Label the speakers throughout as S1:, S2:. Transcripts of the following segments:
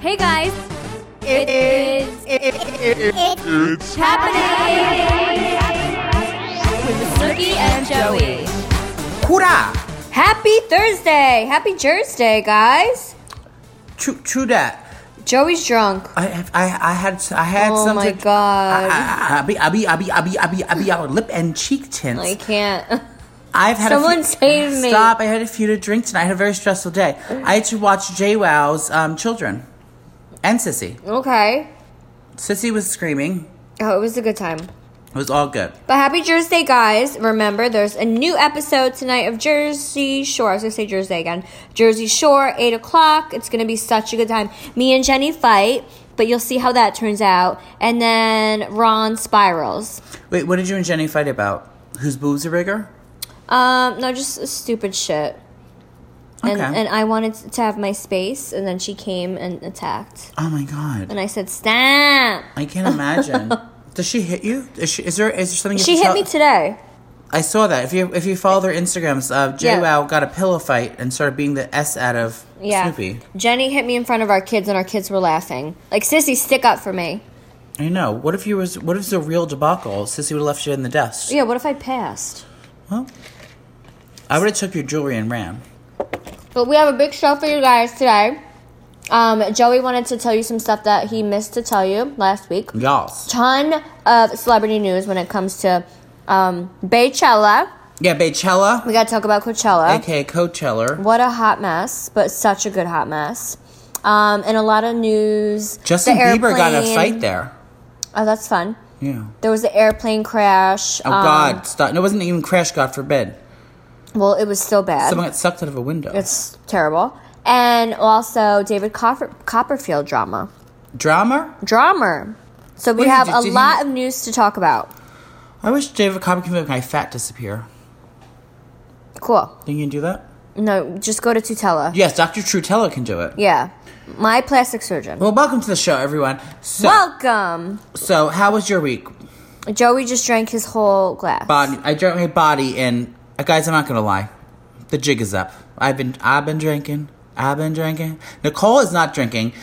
S1: Hey guys,
S2: It
S1: is-
S3: It's
S1: happening with Snooki and Joey.
S2: Hurrah!
S1: Happy Thursday! Happy Thursday, guys.
S2: True, true that.
S1: Joey's drunk.
S2: I, I, I had, I had
S1: Oh
S2: some.
S1: my
S2: to-
S1: God.
S2: I, I, I ah, be, I be, I be, I be, I be, I be our lip and cheek tints.
S1: I can't.
S2: I've had
S1: someone
S2: a few,
S1: save me.
S2: Stop! I had a few to drink tonight. I had a very stressful day. I had to watch Jay Wow's um, children and Sissy.
S1: Okay.
S2: Sissy was screaming.
S1: Oh, it was a good time.
S2: It was all good.
S1: But happy Jersey, guys. Remember, there's a new episode tonight of Jersey Shore. I was going to say Jersey again. Jersey Shore, 8 o'clock. It's going to be such a good time. Me and Jenny fight, but you'll see how that turns out. And then Ron spirals.
S2: Wait, what did you and Jenny fight about? Whose boobs are bigger?
S1: Um, no, just stupid shit. And,
S2: Okay.
S1: and I wanted to have my space, and then she came and attacked.
S2: Oh my god!
S1: And I said, Stop!
S2: I can't imagine. Does she hit you? Is, she, is there is there something? You
S1: She
S2: have to
S1: hit
S2: tell-
S1: me today.
S2: I saw that. If you if you follow their Instagrams, uh,
S1: Yeah.
S2: Jay Wow got a pillow fight and started beating the S out of
S1: Yeah.
S2: Snoopy.
S1: Jenny hit me in front of our kids, and our kids were laughing. Like, Sissy, stick up for me.
S2: I know. What if you was what if it's a real debacle? Sissy would have left you in the dust.
S1: Yeah, what if I passed?
S2: Well, I would have took your jewelry and ran.
S1: But we have a big show for you guys today. Um, Joey wanted to tell you some stuff that he missed to tell you last week.
S2: Y'all.
S1: Ton of celebrity news when it comes to um, Baychella.
S2: Yeah, Baychella,
S1: We got to talk about Coachella.
S2: aka Coachella.
S1: What a hot mess, but such a good hot mess. Um, and a lot of news.
S2: Justin
S1: The
S2: Bieber got in a
S1: airplane-
S2: fight there.
S1: Oh, that's fun.
S2: Yeah.
S1: There was the airplane crash.
S2: Oh
S1: um,
S2: God! Stop! No, it wasn't even crash. God forbid.
S1: Well, it was so bad.
S2: Someone got sucked out of a window.
S1: it's terrible. And also David Copper- Copperfield drama.
S2: Drama.
S1: drummer. So we
S2: What did
S1: have
S2: you-
S1: a
S2: did you-
S1: lot of news to talk about.
S2: I wish David Copperfield could make my fat disappear.
S1: Cool.
S2: Think you can do that?
S1: No, just go to Tutela. Yeah.
S2: Yes, Doctor Trutella can do it.
S1: My plastic surgeon.
S2: Well, welcome to the show, everyone. So,
S1: Welcome.
S2: so how was your week,
S1: Joey just drank his whole glass.
S2: body? I drank my body, and uh, guys, I'm not gonna lie, the jig is up. I've been, I've been drinking, I've been drinking. Nicole is not drinking.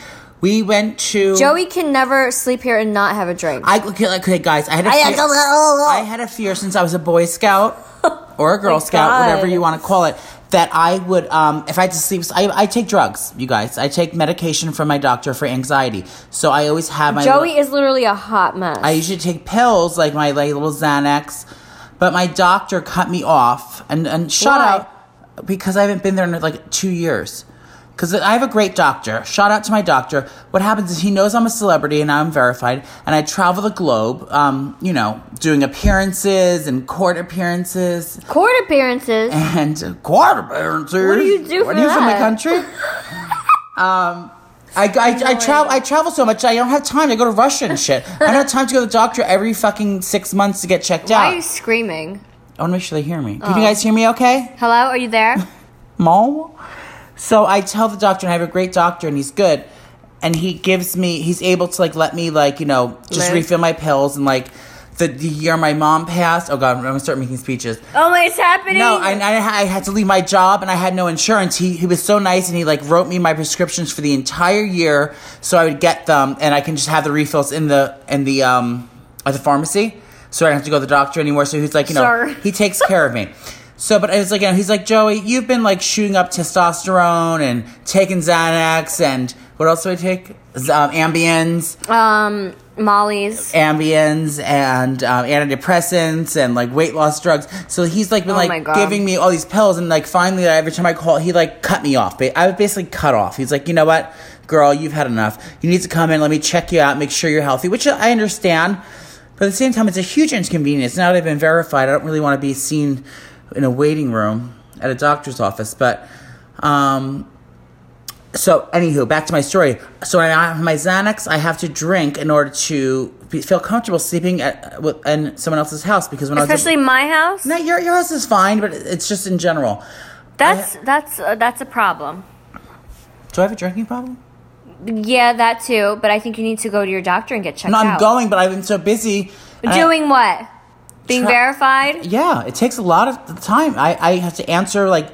S2: We went to
S1: Joey can never sleep here and not have a drink.
S2: I okay, like, okay, guys, I had a
S1: I had
S2: fear,
S1: to-
S2: I had a fear since I was a Boy Scout or a Girl Scout,
S1: Oh God.
S2: whatever you want to call it, that I would, um, if I had to sleep, I, I take drugs, you guys. I take medication from my doctor for anxiety, so I always have my
S1: Joey is literally a hot mess.
S2: I usually take pills like my like little Xanax, but my doctor cut me off and and shut
S1: Why?
S2: out because I haven't been there in like two years. Because I have a great doctor. Shout out to my doctor. What happens is he knows I'm a celebrity and I'm verified, and I travel the globe. Um, you know, doing appearances and court appearances
S1: Court appearances.
S2: and court appearances.
S1: What do you do
S2: What
S1: for
S2: are you from the
S1: that?
S2: country? um, I, I, I travel I travel so much I don't have time to go to Russia and shit. I don't have time to go to the doctor every fucking six months to get checked
S1: Why Oh. are
S2: out.
S1: you screaming?
S2: I want to make sure they hear me. Can you guys hear me? Okay,
S1: Hello, are you there?
S2: Mom. So I tell the doctor, and I have a great doctor, and he's good, and he gives me he's able to like let me like you know just
S1: Live.
S2: refill my pills and like. The, the year my mom passed. Oh God, I'm gonna start making speeches.
S1: oh, it's happening.
S2: No, I, I, I had to leave my job and I had no insurance. He, he was so nice and he like wrote me my prescriptions for the entire year, so I would get them and I can just have the refills in the in the um at the pharmacy, so I don't have to go to the doctor anymore. So he's like, you know,
S1: Sure.
S2: he takes care of me. So, but it's like, you know, he's like, Joey, you've been like shooting up testosterone and taking Xanax and what else do I take? Z- Um, Ambien's.
S1: um, Molly's.
S2: Ambien's and um, antidepressants and like weight loss drugs. So he's like been
S1: Oh my
S2: like
S1: God.
S2: giving me all these pills, and like finally, like, every time I call, he like cut me off. Ba- I was basically cut off. He's like, you know what, girl, you've had enough. You need to come in. Let me check you out, make sure you're healthy, which I understand. But at the same time, it's a huge inconvenience. Now that I've been verified, I don't really want to be seen in a waiting room at a doctor's office. But um, so, anywho, back to my story. So, when I have my Xanax, I have to drink in order to be, feel comfortable sleeping at with, in someone else's house because when
S1: Especially
S2: I was
S1: my house.
S2: no, your your house is fine, but it's just in general.
S1: That's that's uh, that's a problem.
S2: Do I have a drinking problem?
S1: Yeah, that too. But I think you need to go to your doctor and get checked
S2: No,
S1: out.
S2: I'm going, but I've been so busy and I-
S1: Doing what? Being
S2: Try-
S1: verified?
S2: yeah, it takes a lot of time. I I have to answer like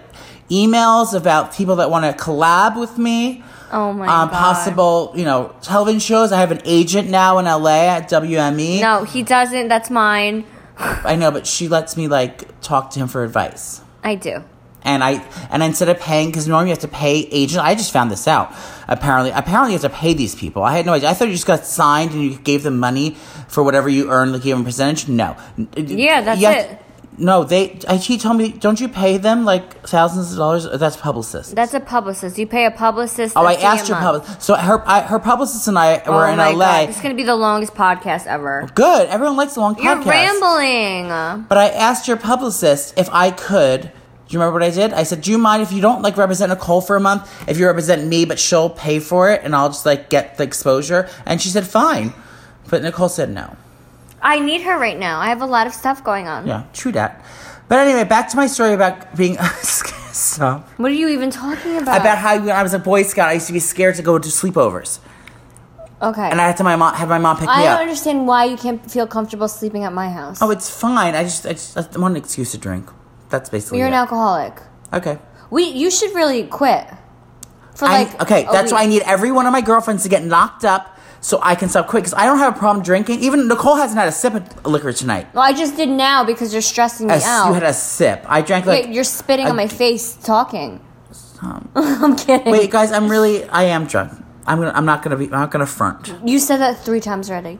S2: emails about people that want to collab with me.
S1: Oh my
S2: um,
S1: God.
S2: Possible, you know, television shows. I have an agent now in LA at E. WME.
S1: No, he doesn't. That's mine.
S2: I know, but she lets me like talk to him for advice.
S1: I do.
S2: And I and instead of paying because normally you have to pay agent. I just found this out. Apparently, apparently you have to pay these people. I had no idea. I thought you just got signed and you gave them money for whatever you earned, like given percentage. No.
S1: Yeah, that's
S2: You have
S1: it.
S2: to- no, they. I- She told me, don't you pay them like thousands of dollars? That's publicist.
S1: That's a publicist. You pay a publicist.
S2: oh, I
S1: 50 a
S2: asked your
S1: month.
S2: publicist. So her I, her publicist and I were
S1: oh
S2: in
S1: my
S2: LA.
S1: God. This is going to be the longest podcast ever.
S2: Good. Everyone likes the long podcast.
S1: You're rambling.
S2: But I asked your publicist if I could. Do you remember what I did? I said, "Do you mind if you don't like represent Nicole for a month? If you represent me, but she'll pay for it, and I'll just like get the exposure." And she said, "Fine," but Nicole said no.
S1: I need her right now. I have a lot of stuff going on.
S2: Yeah, true that. But anyway, back to my story about being stop
S1: What are you even talking about?
S2: about how when I was a Boy Scout, I used to be scared to go to sleepovers,
S1: okay.
S2: and I had to my mom have my mom pick
S1: I
S2: me
S1: don't
S2: up.
S1: understand why you can't feel comfortable sleeping at my house.
S2: Oh, it's fine. I just I just I want an excuse to drink. That's basically
S1: You're
S2: it.
S1: an alcoholic.
S2: okay.
S1: We you should really quit. For
S2: I-
S1: like
S2: okay,
S1: a
S2: that's why I
S1: week.
S2: need every one of my girlfriends to get knocked up so I can stop quick because I don't have a problem drinking. Even Nicole hasn't had a sip of liquor tonight.
S1: Well, I just did now because you're stressing me
S2: As-
S1: out.
S2: you had a sip. I drank
S1: Wait,
S2: like.
S1: you're spitting on
S2: I-
S1: my face talking.
S2: um,
S1: I'm kidding.
S2: wait, guys, I'm really. I am drunk. I'm gonna. I'm not gonna be. I'm not gonna front.
S1: You said that three times already.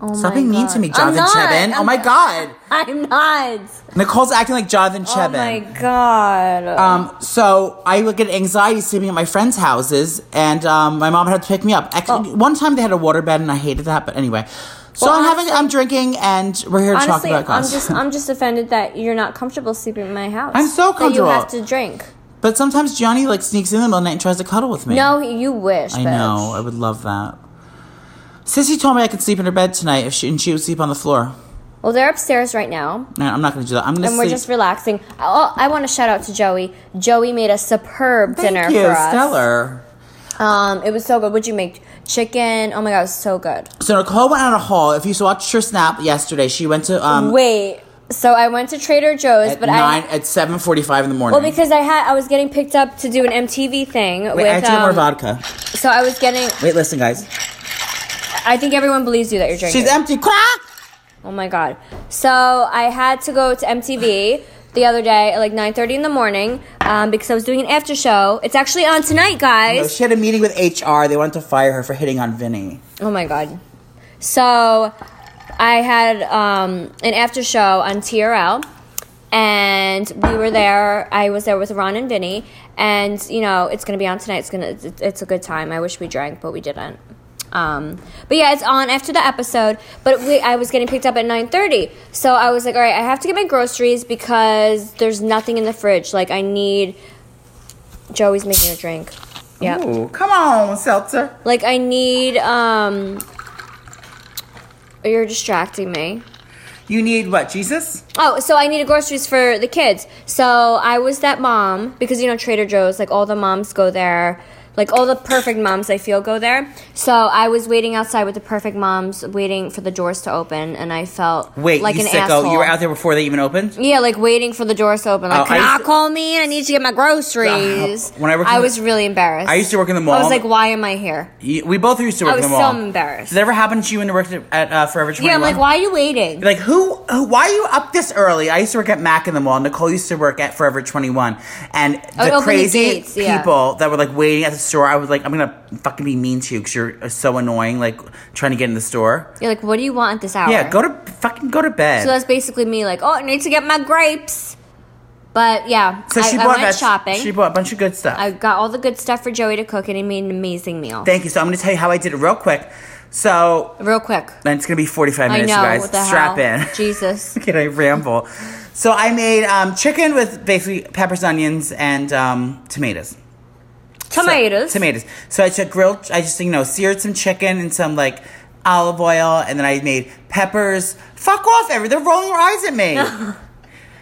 S1: Oh my
S2: Stop being mean
S1: God.
S2: to me,
S1: I'm
S2: Jonathan
S1: not.
S2: Chevin. Oh
S1: I'm
S2: my
S1: not.
S2: god,
S1: I'm not.
S2: Nicole's acting like Jonathan
S1: Oh
S2: Chevin.
S1: my god.
S2: Um, so I would get anxiety sleeping at my friends' houses, and um, my mom had to pick me up.
S1: Oh.
S2: Actually, one time they had a water bed, and I hated that. But anyway, so
S1: Well,
S2: I'm having,
S1: honestly-
S2: I'm drinking, and we're here to talk
S1: Honestly,
S2: about
S1: I'm
S2: guns.
S1: just I'm just offended that you're not comfortable sleeping in my house.
S2: I'm so comfortable.
S1: That you have to drink.
S2: but sometimes Johnny like sneaks in the middle of the night and tries to cuddle with me.
S1: No, you wish.
S2: I
S1: bitch.
S2: know. I would love that. Sissy told me I could sleep in her bed tonight if she and she would sleep on the floor.
S1: Well, they're upstairs right now,
S2: No, I'm not going to do that. I'm going to
S1: and
S2: sleep.
S1: we're just relaxing. Oh, I want to shout out to Joey. Joey made a superb
S2: Thank
S1: dinner
S2: you,
S1: for us.
S2: Stellar.
S1: Um, it was so good. What'd you make? Chicken. Oh my god, it was so good.
S2: So Nicole went on a haul. If you watched her snap yesterday, she went to um
S1: Wait. So I went to Trader Joe's,
S2: at
S1: but
S2: nine
S1: I
S2: at 7:45 in the morning.
S1: well because I had I was getting picked up to do an MTV thing
S2: Wait,
S1: with
S2: I have to get more
S1: um,
S2: vodka.
S1: so I was getting.
S2: Wait, listen, guys.
S1: I think everyone believes you that you're drinking.
S2: She's empty. Crack!
S1: Oh my god. So I had to go to MTV the other day at like 9.30 in the morning um, because I was doing an after show. It's actually on tonight,
S2: No,
S1: guys.
S2: Oh, she had a meeting with HR. They wanted to fire her for hitting on Vinny.
S1: Oh my god. So I had um, an after show on TRL. And we were there. I was there with Ron and Vinny, and you know it's gonna be on tonight. It's gonna it's- it's a good time. I wish we drank, but we didn't. Um, but yeah, it's on after the episode. But we, I was getting picked up at nine thirty, so I was like, all right, I have to get my groceries because there's nothing in the fridge. Like I need. Joey's making a drink. Yeah.
S2: Ooh, come on, Seltzer.
S1: Like I need um oh, you're distracting me.
S2: You need what, Jesus?
S1: Oh, so I needed groceries for the kids. So I was that mom because you know Trader Joe's, like all the moms go there. Like all the perfect moms I feel go there. So I was waiting outside with the perfect moms waiting for the doors to open and I felt
S2: Wait,
S1: like
S2: you
S1: an
S2: sicko.
S1: asshole.
S2: You were out there before they even opened?
S1: yeah, like waiting for the doors to open. Like,
S2: Oh, I
S1: can I
S2: used to-
S1: call me? I need to get my groceries.
S2: When I worked in
S1: I
S2: the-
S1: was really embarrassed.
S2: I used to work in the
S1: I
S2: mall.
S1: was like, why am I here?
S2: You- We both used to work
S1: I was
S2: in the mall.
S1: so embarrassed.
S2: Did that ever happen to you when you worked at uh, Forever 21?
S1: Yeah, I'm like, why are you waiting?
S2: Like who, who? Why are you up this early? I used to work at Mac in the Mall. Nicole used to work at Forever Twenty One, and
S1: would
S2: the
S1: open the
S2: crazy
S1: gates, Oh, yeah.
S2: people that were like waiting at the store. I was like, I'm gonna fucking be mean to you because you're uh, so annoying. Like trying to get in the store.
S1: You're like, what do you want at this hour?
S2: Yeah, go to fucking go to bed.
S1: So that's basically me, like, oh, I need to get my grapes. But yeah,
S2: So
S1: I, I went
S2: that-
S1: shopping.
S2: She bought a bunch of good stuff.
S1: I got all the good stuff for Joey to cook, and he made an amazing meal.
S2: Thank you. So I'm gonna tell you how I did it real quick. So
S1: Real quick.
S2: and it's gonna be 45
S1: I
S2: minutes,
S1: know.
S2: you guys.
S1: What the
S2: Strap
S1: hell?
S2: in.
S1: Jesus.
S2: Can I ramble? So I made um, chicken with basically peppers, onions, and um, tomatoes.
S1: Tomatoes.
S2: So, tomatoes. So I took grilled. I just you know seared some chicken and some like olive oil, and then I made peppers. Fuck off, every they're rolling their eyes at me.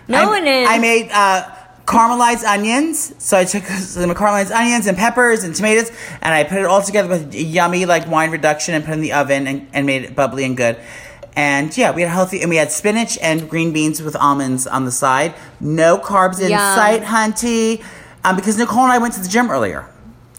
S1: No
S2: I,
S1: one is.
S2: I made uh, caramelized onions. So I took some caramelized onions and peppers and tomatoes, and I put it all together with yummy like wine reduction, and put it in the oven and, and made it bubbly and good. And yeah, we had healthy, and we had spinach and green beans with almonds on the side. No carbs in
S1: Yum.
S2: sight, hunty. Um, because Nicole and I went to the gym earlier.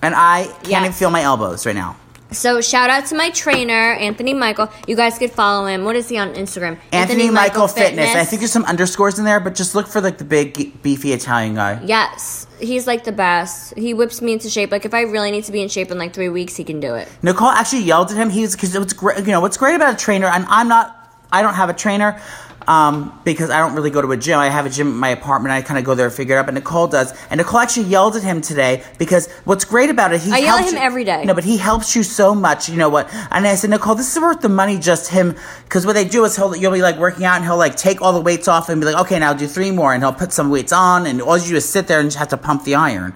S2: And I can't
S1: Yeah.
S2: even feel my elbows right now.
S1: So shout out to my trainer, Anthony Michael. You guys could follow him. What is he on Instagram?
S2: Anthony, Michael, Fitness. I think there's some underscores in there, but just look for like the big beefy Italian guy.
S1: Yes, he's like the best. He whips me into shape. Like if I really need to be in shape in like three weeks, he can do it.
S2: Nicole actually yelled at him. He was because what's great, you know, what's great about a trainer, and I'm not, I don't have a trainer, um, because I don't really go to a gym. I have a gym at my apartment. I kind of go there and figure it out. But Nicole does, and Nicole actually yelled at him today because what's great about it, he
S1: I yell at
S2: helps
S1: him
S2: you-
S1: every day.
S2: No, but he helps you so much. You know what? And I said, Nicole, this is worth the money. Just him, because what they do is he'll you'll be like working out, and he'll like take all the weights off and be like, okay, now do three more, and he'll put some weights on, and all you do is sit there and just have to pump the iron.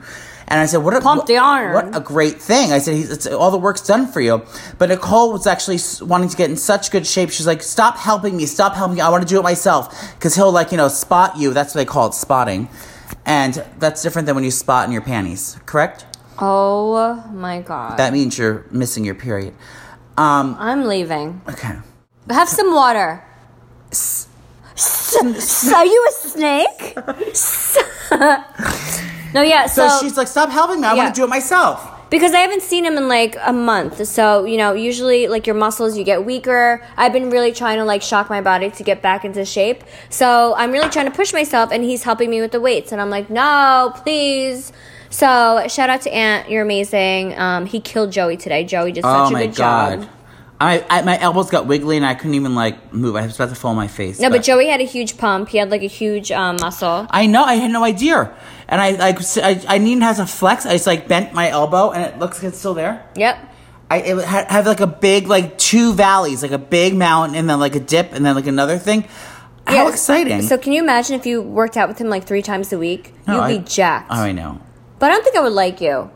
S2: And I said, what a
S1: Pump the
S2: what-
S1: iron.
S2: What a great thing. I said, he's, it's, all the work's done for you. But Nicole was actually s- wanting to get in such good shape. She's like, stop helping me. Stop helping me. I want to do it myself. Because he'll, like, you know, spot you. That's what they call it, spotting. And that's different than when you spot in your panties, correct?
S1: Oh my god.
S2: That means you're missing your period. Um,
S1: I'm leaving.
S2: okay.
S1: Have some water. S- are you a snake? S- no, yeah.
S2: So,
S1: So,
S2: she's like, stop helping me. I
S1: Yeah.
S2: want to do it myself.
S1: because I haven't seen him in like a month, so you know, usually like your muscles, you get weaker. I've been really trying to like shock my body to get back into shape, so I'm really trying to push myself, and he's helping me with the weights, and I'm like, no, please. So shout out to Ant, you're amazing. Um, he killed Joey today. Joey did such
S2: oh,
S1: a
S2: my
S1: good
S2: God.
S1: job.
S2: I, I, my elbows got wiggly and I couldn't even, like, move. I was about to fall on my face.
S1: No, but Joey had a huge pump. He had like a huge um, muscle.
S2: I know. I had no idea. And I like s- I, I needn't have to flex. I just like bent my elbow, and it looks like it's still there.
S1: Yep.
S2: I it had, have like a big like two valleys, like a big mountain, and then like a dip, and then like another thing. How
S1: Yeah,
S2: exciting!
S1: So can you imagine if you worked out with him like three times a week?
S2: No,
S1: You'd
S2: I-
S1: be jacked.
S2: Oh, I know.
S1: But I don't think I would like you.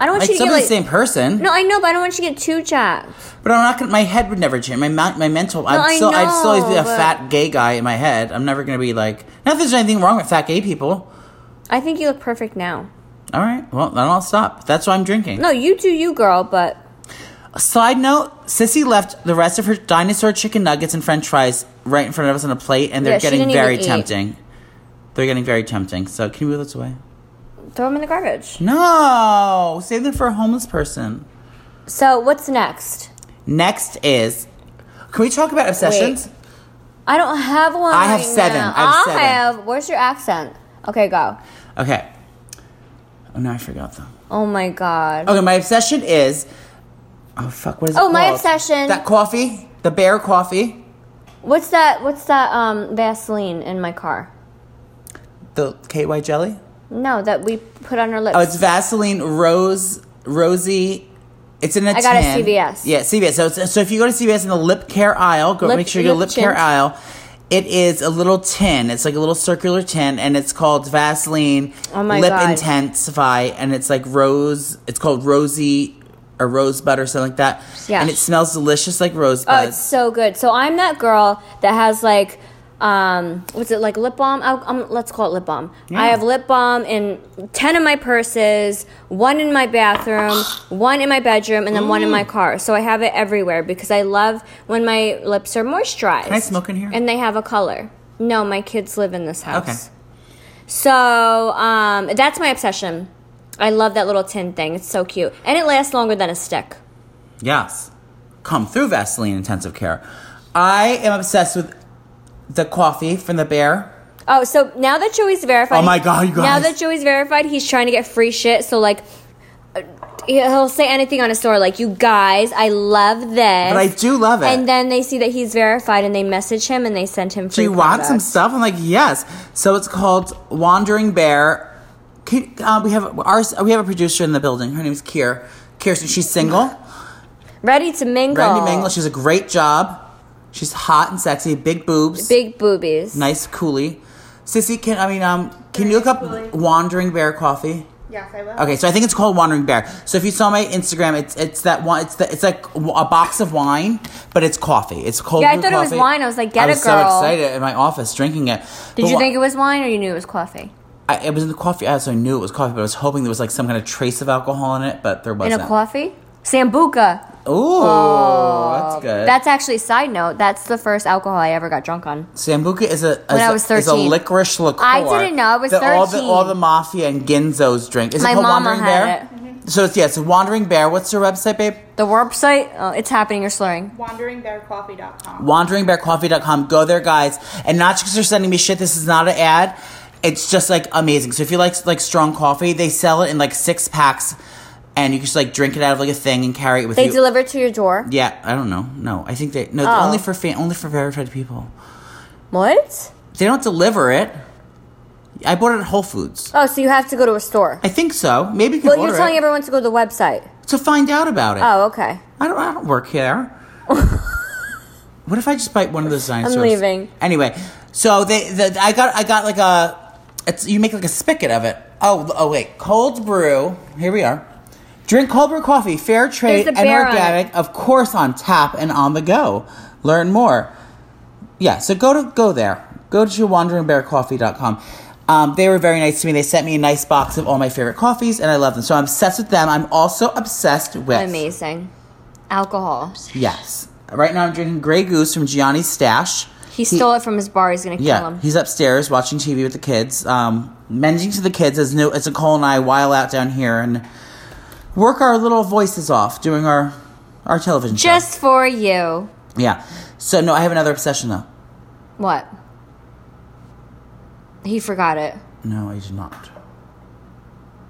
S1: I don't want
S2: Like
S1: you to
S2: still
S1: get
S2: be
S1: like
S2: the same person,
S1: No, I know, but I don't want you to get too jacked.
S2: but I'm not gonna. My head would never change. My ma- my mental.
S1: I
S2: I'm still. I'd still always be
S1: know,
S2: a
S1: but-
S2: fat gay guy in my head. I'm never gonna be like. Not that there's anything wrong with fat gay people.
S1: I think you look perfect now.
S2: All right. Well, then I'll stop. That's why I'm drinking.
S1: No, you do you, girl, but
S2: Side note: Sissy left the rest of her dinosaur chicken nuggets and French fries right in front of us on a plate, and they're
S1: Yeah, she
S2: getting
S1: didn't even
S2: very
S1: eat.
S2: tempting. They're getting very tempting. So can you move this away?
S1: throw them in the garbage.
S2: No, save them for a homeless person.
S1: So what's next?
S2: Next is, can we talk about obsessions?
S1: Wait. I don't have one.
S2: I have
S1: right
S2: seven.
S1: now.
S2: I have seven.
S1: have- Where's your accent? Okay, go.
S2: Okay. Oh no, I forgot them.
S1: Oh my god.
S2: Okay, my obsession is. Oh fuck! What is it
S1: Oh, my
S2: called?
S1: obsession-
S2: That coffee, the bear coffee,
S1: What's that? What's that? Um, Vaseline in my car.
S2: the KY jelly.
S1: No, that we put on our lips.
S2: Oh, it's Vaseline Rose Rosy. It's in a
S1: I got it at
S2: tin.
S1: CVS.
S2: Yeah, CVS. So, it's- so if you go to CVS in the lip care aisle, go
S1: Lip-
S2: make sure you go
S1: lip
S2: lip care
S1: tint.
S2: aisle. It is a little tin. It's like a little circular tin, and it's called Vaseline
S1: Oh my
S2: Lip
S1: God.
S2: Intensify, and it's like rose. It's called rosy or rosebud or something like that.
S1: Yeah.
S2: And it smells delicious like rosebud.
S1: Oh, it's so good. So I'm that girl that has like, um, what's it like lip balm? I'll, um, let's call it lip balm. I have lip balm in ten of my purses, one in my bathroom, one in my bedroom, and then one in my car. So I have it everywhere because I love when my lips are moisturized.
S2: Can I smoke in here?
S1: And they have a color. No, my kids live in this house.
S2: Okay.
S1: So um, that's my obsession. I love that little tin thing. It's so cute, and it lasts longer than a stick.
S2: Yes. Come through Vaseline Intensive Care. I am obsessed with the coffee from the bear.
S1: Oh, so now that Joey's verified.
S2: Oh my God, you
S1: Now
S2: guys.
S1: that Joey's verified, he's trying to get free shit. So, like, uh, he'll say anything on a store, like, you guys, I love this.
S2: But I do love it.
S1: And then they see that he's verified and they message him and they send him
S2: Do
S1: free
S2: you want some
S1: products.
S2: stuff? I'm like, yes. So it's called Wandering Bear. Can, uh, we have our, we have a producer in the building. Her name's Kier. Kirsten. She's single.
S1: Ready to mingle.
S2: Brandy Mangle. She has a great job. She's hot and sexy. Big boobs.
S1: Big boobies.
S2: Nice coolie. Sissy, can I mean um can you look up Wandering Bear coffee?
S4: Yes, I will.
S2: Okay, so I think it's called Wandering Bear. So if you saw my Instagram, it's it's that one. It's the, it's like a box of wine, but it's coffee. It's cold.
S1: Yeah, I
S2: brew
S1: thought it was
S2: coffee.
S1: wine. I was like, get
S2: I
S1: it,
S2: was
S1: girl.
S2: so excited in my office drinking it.
S1: Did you think it was wine or you knew it was coffee?
S2: I, it was in the coffee aisle, so I knew it was coffee, but I was hoping there was like some kind of trace of alcohol in it, but there
S1: In
S2: wasn't.
S1: a coffee? Sambuca.
S2: Ooh, that's good.
S1: Oh, That's actually side note. That's the first alcohol I ever got drunk on.
S2: Sambuca is a is,
S1: When I
S2: a-
S1: was
S2: is a
S1: 13.
S2: licorice liqueur.
S1: I didn't know, I was
S2: that All the
S1: 13.
S2: all the mafia and Ginzos drink. Is it
S1: My
S2: called
S1: mama
S2: Wandering
S1: had
S2: Bear? Mm-hmm. So it's yeah, it's Wandering Bear. What's their website, babe?
S1: The warp site, uh, it's happening, you're slurring.
S4: WanderingBearCoffee.com.
S2: WanderingBearCoffee.com. Go there, guys. And not because they're sending me shit. This is not an ad. It's just like amazing. So if you like like strong coffee, they sell it in like six packs, and you can just like drink it out of like a thing and carry it with
S1: They
S2: you.
S1: deliver to your door.
S2: yeah, I don't know. No, I think they no
S1: Oh.
S2: only for fan, only for verified people.
S1: What?
S2: They don't deliver it. I bought it at Whole Foods.
S1: Oh, so you have to go to a store.
S2: I think so. Maybe you can
S1: Well,
S2: order
S1: you're telling
S2: it
S1: everyone to go to the website.
S2: to find out about it.
S1: Oh, okay.
S2: I don't. I don't work here. what if I just bite one of those dinosaurs?
S1: leaving.
S2: Anyway, so they, the, I got, I got like a, it's, you make like a spigot of it. Oh, oh wait, cold brew. Here we are. Drink cold brew coffee, fair trade
S1: There's
S2: and
S1: a bear on
S2: organic, of course, on tap and on the go. Learn more. Yeah, so go to go there. Go to wanderingbearcoffee.com. Um, they were very nice to me. They sent me a nice box of all my favorite coffees, and I love them. So I'm obsessed with them. I'm also obsessed with
S1: Amazing. Alcohol.
S2: Yes. Right now I'm drinking Grey Goose from Gianni's stash.
S1: He stole it from his bar. He's going to
S2: Yeah,
S1: kill him.
S2: he's upstairs watching TV with the kids. Um, mending to the kids as no, as Nicole and I while out down here and work our little voices off doing our our television show.
S1: Just for you.
S2: yeah. So no, I have another obsession though.
S1: What? He forgot it.
S2: No, I do not.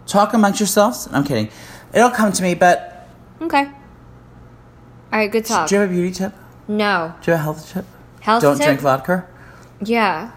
S2: Talk amongst yourselves. I'm kidding. It'll come to me. But
S1: Okay. All right, good talk.
S2: do you have a beauty tip?
S1: no.
S2: Do you have a health tip?
S1: Health
S2: Don't
S1: tip?
S2: drink vodka.
S1: Yeah.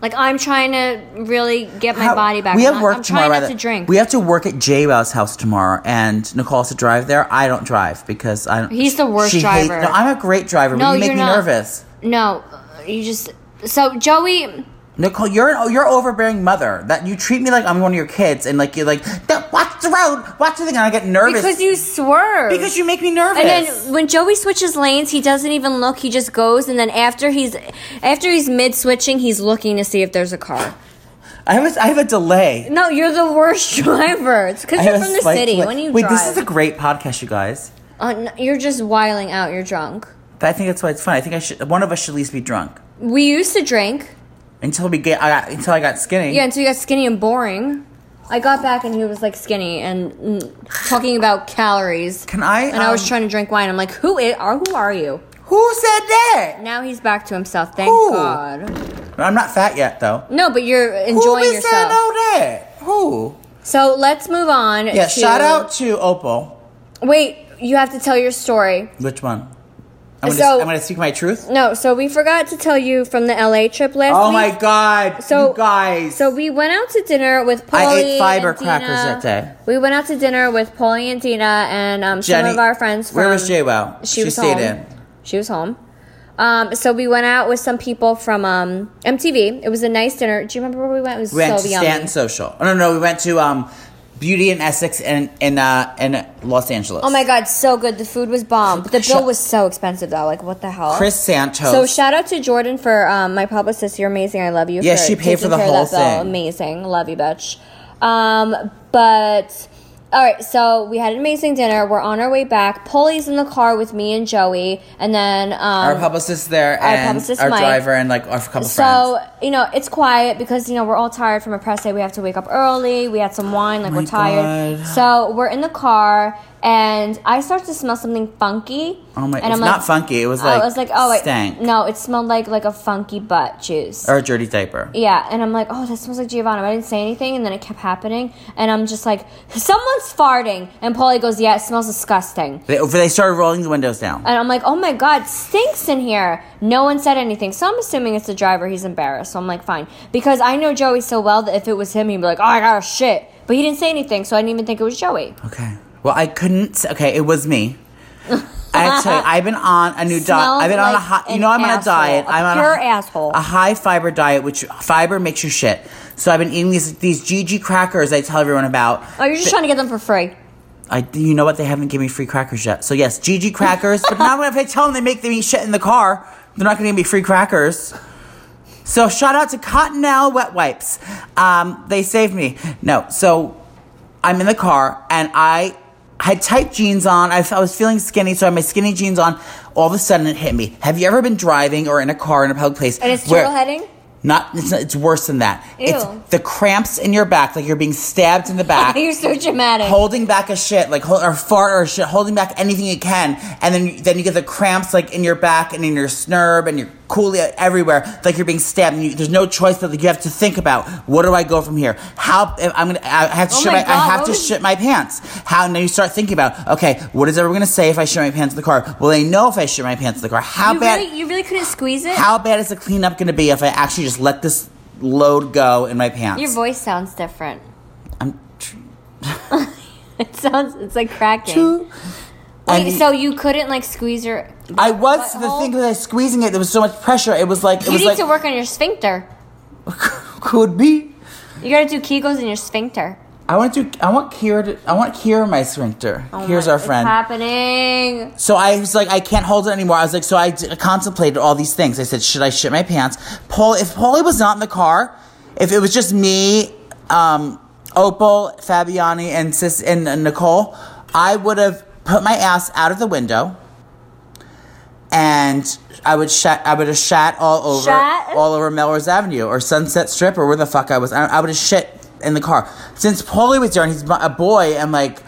S1: Like, I'm trying to really get my
S2: How-
S1: body back.
S2: We
S1: I'm
S2: have
S1: not-
S2: work
S1: I'm
S2: tomorrow.
S1: trying not
S2: rather-
S1: to drink.
S2: We have to work at J Bow's house tomorrow, and Nicole has to drive there. I don't drive because I don't.
S1: He's the worst
S2: she hates-
S1: driver.
S2: no, I'm a great driver,
S1: No,
S2: but you make
S1: you're
S2: me
S1: not.
S2: nervous.
S1: no, you just. So, Joey.
S2: Nicole, you're an, you're overbearing mother. That you treat me like I'm one of your kids, and like you're like, "Don't- watch the road, watch the thing, and I get nervous
S1: Because you swerve.
S2: Because you make me nervous.
S1: And then when Joey switches lanes, he doesn't even look. He just goes, and then after he's after he's mid switching, he's looking to see if there's a car.
S2: I was I have a delay.
S1: No, you're the worst driver. It's
S2: I
S1: because
S2: have
S1: you're
S2: a
S1: from the
S2: slight
S1: city.
S2: delay.
S1: When you
S2: wait,
S1: drive,
S2: this is a great podcast, you guys.
S1: Uh, n- you're just wiling out. You're drunk.
S2: But I think that's why it's fun. I think I should one of us should at least be drunk
S1: We used to drink.
S2: until we get I got, until I got skinny.
S1: Yeah, until you got skinny and boring. I got back and he was like skinny and mm, talking about calories.
S2: Can I,
S1: And I was
S2: um,
S1: trying to drink wine. I'm like, who is? Are who are you?
S2: Who said that?
S1: Now he's back to himself. Thank
S2: Who?
S1: God.
S2: I'm not fat yet though.
S1: No, but you're enjoying
S2: Who be
S1: yourself.
S2: saying all that? Who?
S1: So let's move on.
S2: Yeah,
S1: to-
S2: shout out to Opal.
S1: Wait, you have to tell your story.
S2: Which one? I'm gonna,
S1: So-
S2: I'm gonna speak my truth.
S1: No, so we forgot to tell you from the LA trip last
S2: Oh
S1: week.
S2: my god!
S1: So
S2: you guys.
S1: So we went out to dinner with Polly.
S2: I ate fiber
S1: and Dina.
S2: crackers that day.
S1: We went out to dinner with Polly and Dina and um, some of our friends. From,
S2: Where was Jay Wow?
S1: She, was
S2: stayed
S1: home.
S2: in.
S1: She was home. Um, so we went out with some people from um, MTV. It was a nice dinner. Do you remember where we went? It was
S2: We went
S1: so
S2: to
S1: yummy.
S2: Stanton Social. Oh, no, no, we went to um, Beauty in Essex and in uh, in Los Angeles.
S1: Oh my god, so good. The food was bomb. But the
S2: Shut-
S1: bill was so expensive though. Like what the hell?
S2: Chris Santos.
S1: So shout out to Jordan for um, my publicist. You're amazing. I love you.
S2: Yeah,
S1: for
S2: she paid for
S1: taking
S2: the
S1: care of
S2: whole
S1: that bill.
S2: thing.
S1: Amazing. Love you, bitch. Um, but all right. So we had an amazing dinner. We're on our way back. Polly's in the car with me and Joey, and then um,
S2: our publicist there
S1: our
S2: and our,
S1: publicist Mike.
S2: driver and like our couple
S1: so
S2: friends.
S1: you know it's quiet because you know we're all tired from a press day. We have to wake up early. We had some wine, like
S2: Oh my
S1: we're tired.
S2: God.
S1: So we're in the car, and I start to smell something funky.
S2: Oh my!
S1: and
S2: It's not funky. It was
S1: I
S2: like
S1: was like, oh, wait,
S2: stank
S1: no, it smelled like like a funky butt juice.
S2: or a dirty diaper.
S1: yeah, and I'm like, oh, that smells like Giovanna. But I didn't say anything, and then it kept happening, and I'm just like, someone's farting, and Polly goes, yeah, it smells disgusting.
S2: They, oh, they started rolling the windows down.
S1: And I'm like, oh my God, stinks in here. No one said anything. So I'm assuming it's the driver. He's embarrassed. So I'm like, fine. Because I know Joey so well that if it was him, he'd be like, oh, I got a shit. But he didn't say anything, so I didn't even think it was Joey.
S2: Okay. Well, I couldn't. Okay, it was me. I have to tell you, I've been on a new diet.
S1: Smells
S2: I've been on a
S1: like
S2: hot. You
S1: an
S2: know, I'm on a
S1: asshole,
S2: diet.
S1: a
S2: I'm on
S1: pure
S2: a,
S1: asshole.
S2: A high fiber diet, which fiber makes you shit. So I've been eating these these GG crackers. I tell everyone about.
S1: Oh, you're just trying to get them for free.
S2: I, you know what? They haven't given me free crackers yet. So yes, GG crackers. but now if I tell them they make them eat shit in the car, they're not going to give me free crackers. So shout out to Cottonelle wet wipes. Um, they saved me. No, so I'm in the car and I had tight jeans on. I, I was feeling skinny, so I had my skinny jeans on. All of a sudden, it hit me. Have you ever been driving or in a car in a public place
S1: And it's
S2: where-
S1: turtle heading?
S2: Not it's, not- it's worse than that. It's
S1: Ew.
S2: the cramps in your back, like you're being stabbed in the back.
S1: You're so dramatic.
S2: holding back a shit, like hold, or fart or shit, holding back anything you can, and then then you get the cramps like in your back and in your snurb and your coolie everywhere, like you're being stabbed. And you, there's no choice that like, you have to think about what do I go from here? How I'm gonna I have to
S1: Oh
S2: shit
S1: my
S2: my, I
S1: God,
S2: have
S1: what
S2: to
S1: was-
S2: shit my pants. How and then you start thinking about okay, what is everyone gonna say if I shit my pants in the car? Will they know if I shit my pants in the car? How
S1: you
S2: bad?
S1: really, you really couldn't squeeze it.
S2: how bad is the cleanup gonna be if I actually just let this load go in my pants?
S1: Your voice sounds different.
S2: I'm tr-
S1: It sounds. It's like cracking.
S2: too.
S1: Wait,
S2: And-
S1: so you couldn't like squeeze your.
S2: I was
S1: Butthole?
S2: the thing was I was squeezing it. There was so much pressure. It was like it
S1: You
S2: was
S1: need
S2: like
S1: to work on your sphincter.
S2: could be.
S1: You gotta do Kegels in your sphincter.
S2: I want to. I want Kira. To, I want Kira in my sphincter.
S1: Oh
S2: Here's
S1: my-
S2: our
S1: It's
S2: friend.
S1: happening.
S2: So I was like, I can't hold it anymore. I was like, so I d- contemplated all these things. I said, should I shit my pants? Paul, if Paulie was not in the car, if it was just me, um, Opal, Fabiani, and Sis and, and Nicole, I would have put my ass out of the window. and I would shat, I would have shat all over
S1: Shat?
S2: all over Melrose Avenue or Sunset Strip or where the fuck I was. I, I would have shit in the car. Since Paulie was there and he's bu- a boy and like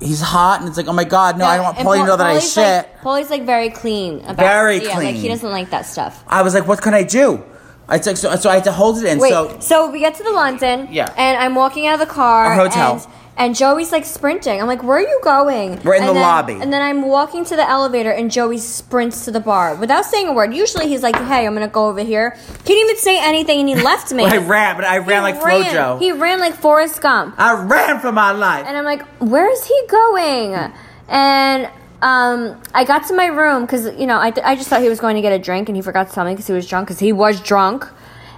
S2: he's hot and it's like oh my god no I don't want
S1: And
S2: Paulie to
S1: Paul-
S2: know that
S1: Paulie's
S2: I shit.
S1: Like, Paulie's like very clean. About,
S2: Very
S1: yeah, Like he
S2: clean.
S1: doesn't like that stuff.
S2: I was like what can I do? I took so, so I had to hold it in.
S1: Wait, so,
S2: so
S1: we get to the London.
S2: Yeah.
S1: And I'm walking out of the car.
S2: A hotel.
S1: And, and Joey's like sprinting. I'm like, where are you going?
S2: We're in
S1: And
S2: the
S1: then-
S2: lobby.
S1: And then I'm walking to the elevator, and Joey sprints to the bar without saying a word. Usually he's like, hey, I'm gonna go over here. He didn't even say anything, and he left me.
S2: I ran, but I ran like
S1: ran.
S2: Flojo. Uh,
S1: He ran like Forrest Gump.
S2: I ran for my life.
S1: and I'm like, where is he going? And um, I got to my room because you know I, th- I just thought he was going to get a drink and he forgot to tell me because he was drunk because he was drunk.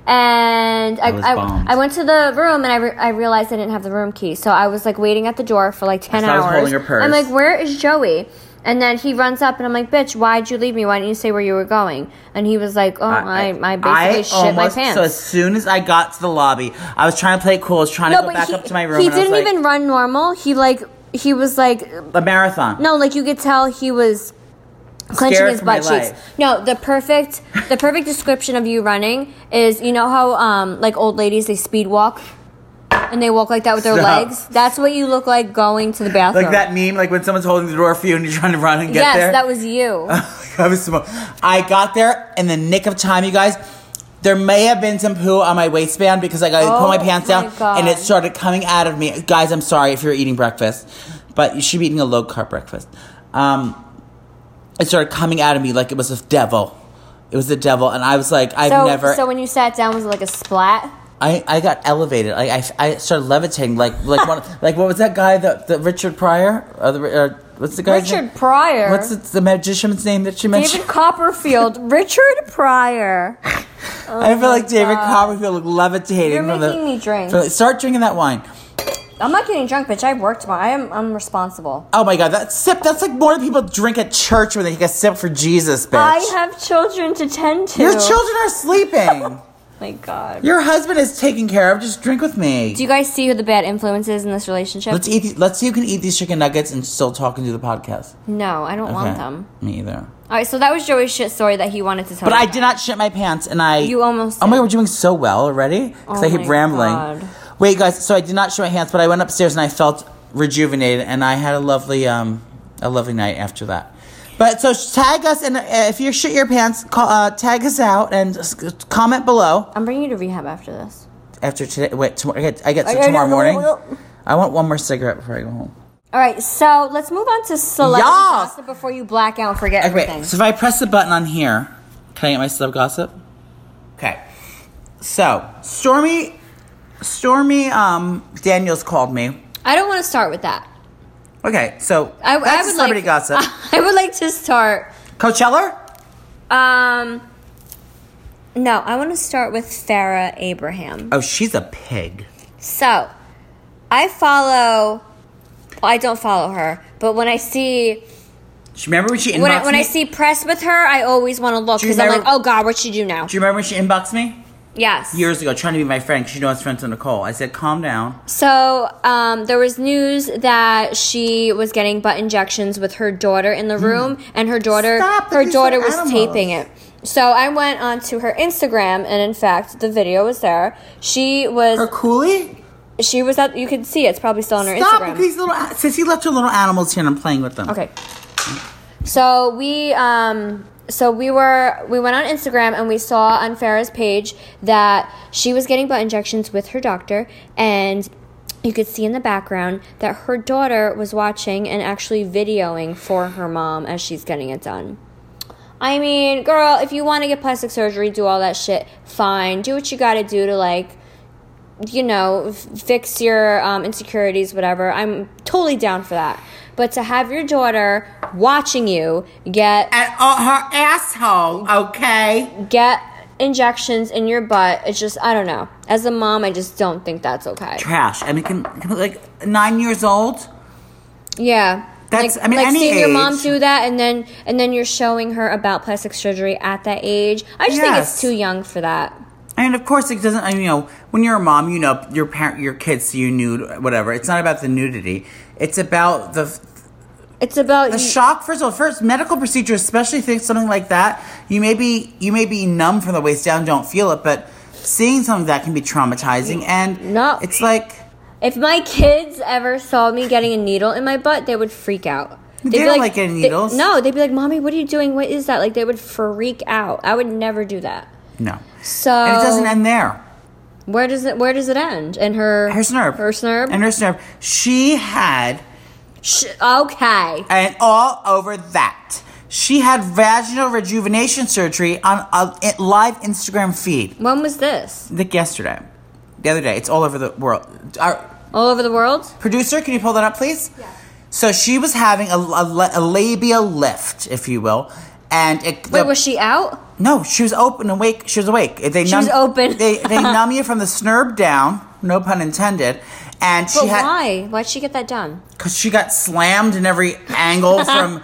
S1: And I,
S2: I was
S1: I,
S2: bummed.
S1: I went to the room and I, re- I realized I didn't have the room key, so I was like waiting at the door for like ten
S2: So I was
S1: hours.
S2: holding your purse.
S1: I'm like, where is Joey? And then he runs up and I'm like, bitch, why'd you leave me? Why didn't you say where you were going? And he was like, oh, I, I, basically
S2: I
S1: shit
S2: almost-
S1: my pants.
S2: So as soon as I got to the lobby, I was trying to play it cool. I was trying to go back
S1: he,
S2: up to my room.
S1: he
S2: and I was
S1: didn't
S2: like,
S1: even run normal. He like he was like
S2: the marathon.
S1: No, like you could tell he was clenching
S2: Scared
S1: his
S2: for my
S1: butt cheeks.
S2: life.
S1: No, the perfect the perfect description of you running is you know how um like old ladies they speed walk and they walk like that with their
S2: Stop.
S1: legs. That's what you look like going to the bathroom.
S2: Like that meme, like when someone's holding the door for you and you're trying to run and get
S1: yes,
S2: there.
S1: that was you.
S2: I was smoking. I got there in the nick of time, you guys. There may have been some poo on my waistband because like, I
S1: Oh
S2: pulled my pants
S1: my
S2: down
S1: God.
S2: and it started coming out of me. Guys, I'm sorry if you're eating breakfast, but you should be eating a low carb breakfast. Um, it started coming out of me like it was a devil. It was the devil, and I was like, I've
S1: so
S2: never.
S1: so when you sat down was it like a splat?
S2: I, I got elevated. I, I, I started levitating like like one like what was that guy the, the Richard Pryor or the or what's the guy's name?
S1: Richard Pryor.
S2: What's the, the magician's name that she mentioned?
S1: David Copperfield, Richard Pryor.
S2: I feel like David
S1: Oh God.
S2: Copperfield like, levitating.
S1: You're
S2: from
S1: making
S2: the,
S1: me drink.
S2: from the- start drinking that wine.
S1: I'm not getting drunk, bitch. I worked tomorrow. I am I'm responsible.
S2: Oh my god, that sip. That's like more than people drink at church when they take a sip for Jesus, bitch.
S1: I have children to tend to.
S2: Your children are sleeping.
S1: My God.
S2: Your husband is taken care of. Just drink with me.
S1: Do you guys see who the bad influence is in this relationship?
S2: let's eat. These, let's see who can eat these chicken nuggets and still talk and do the podcast.
S1: no, I don't want
S2: Okay.
S1: them.
S2: Me either.
S1: All right, so that was Joey's shit story that he wanted to tell.
S2: But
S1: me
S2: I
S1: about.
S2: did not shit my pants, and I.
S1: You almost
S2: Oh my
S1: did.
S2: god, we're doing so well already because
S1: Oh
S2: I keep
S1: my
S2: rambling.
S1: God.
S2: Wait, guys. So I did not shit my hands, but I went upstairs and I felt rejuvenated, and I had a lovely, um, a lovely night after that. But so tag us, and uh, if you shit your pants, call, uh, tag us out and s- comment below
S1: I'm bringing you to rehab after this.
S2: after today. Wait, tomorrow, I get, I get
S1: I
S2: to
S1: gotta
S2: tomorrow
S1: go
S2: morning.
S1: out.
S2: I want one more cigarette before I go home.
S1: All right, so let's move on to celebrity
S2: Yes!
S1: gossip before you black out and forget
S2: Okay,
S1: everything.
S2: so if I press the button on here, can I get my sub gossip? Okay. So Stormy, Stormy um, Daniels called me.
S1: I don't want to start with that.
S2: Okay, so
S1: I,
S2: that's
S1: I would
S2: celebrity
S1: like,
S2: gossip.
S1: I would like to start.
S2: Coachella.
S1: Um, no, I want to start with Farah Abraham.
S2: Oh, she's a pig.
S1: So, I follow. Well, I don't follow her, but when I see
S2: She remember when she inboxed
S1: when I, when
S2: me?
S1: I see press with her, I always want to look
S2: Do you
S1: because I'm like,
S2: remember-
S1: oh god, what she do now?
S2: Do you remember when she inboxed me
S1: yes.
S2: years ago, trying to be my friend? Cause you know I was friends with Nicole. I said, "Calm down."
S1: so um, there was news that she was getting butt injections with her daughter in the room, and her daughter
S2: Hmm. Stop,
S1: her
S2: these
S1: daughter
S2: are
S1: was
S2: animals.
S1: taping it. So I went onto her Instagram, and in fact, the video was there. She was
S2: Her coolie?
S1: she was at. You can see it. it's probably still on her
S2: Stop
S1: Instagram.
S2: with these little. Since he left her little animals here and I'm playing with them.
S1: Okay. So we um so we were we went on Instagram and we saw on Farah's page that she was getting butt injections with her doctor and you could see in the background that her daughter was watching and actually videoing for her mom as she's getting it done. I mean, girl, if you want to get plastic surgery, do all that shit, fine. Do what you got to do to like you know, f- fix your um, insecurities, whatever. I'm totally down for that. But to have your daughter watching you get
S2: And uh, her asshole, okay?
S1: get injections in your butt, it's just I don't know. As a mom, I just don't think that's okay.
S2: Trash. I mean, can, can, like nine years old.
S1: Yeah.
S2: That's-
S1: like,
S2: I mean,
S1: like
S2: any
S1: seeing your mom
S2: age.
S1: do that, and then and then you're showing her about plastic surgery at that age. I just think it's
S2: Yes.
S1: too young for that.
S2: And of course, it doesn't. I mean, you know, when you're a mom, you know your parent, your kids see you nude, whatever. It's not about the nudity. It's about the
S1: It's about
S2: the
S1: you-
S2: shock. First of all, first medical procedure, especially if it's something like that, you may be you may be numb from the waist down, don't feel it, but seeing something like that can be traumatizing. And
S1: No.
S2: it's like
S1: If my kids ever saw me getting a needle in my butt, they would freak out. They'd
S2: They don't like getting
S1: they-
S2: needles.
S1: no, they'd be like, "Mommy, what are you doing? What is that?" Like they would freak out. I would never do that.
S2: no,
S1: So
S2: and it doesn't end there.
S1: Where does it Where does it end? And her
S2: Her snurb,
S1: Her snurb.
S2: and her snurb. She had
S1: Sh- okay.
S2: and all over that. She had vaginal rejuvenation surgery on a a live Instagram feed.
S1: When was this?
S2: Like yesterday, the other day. It's all over the world. Our,
S1: All over the world.
S2: Producer, can you pull that up, please? Yeah. So she was having a, a, la- a labia lift, if you will, and it.
S1: Wait, was she out?
S2: No, she was open, awake. She was awake. They
S1: She was open.
S2: they they numb you from the snurb down, no pun intended, and she
S1: But
S2: had
S1: why? Why'd she get that done?
S2: because she got slammed in every angle from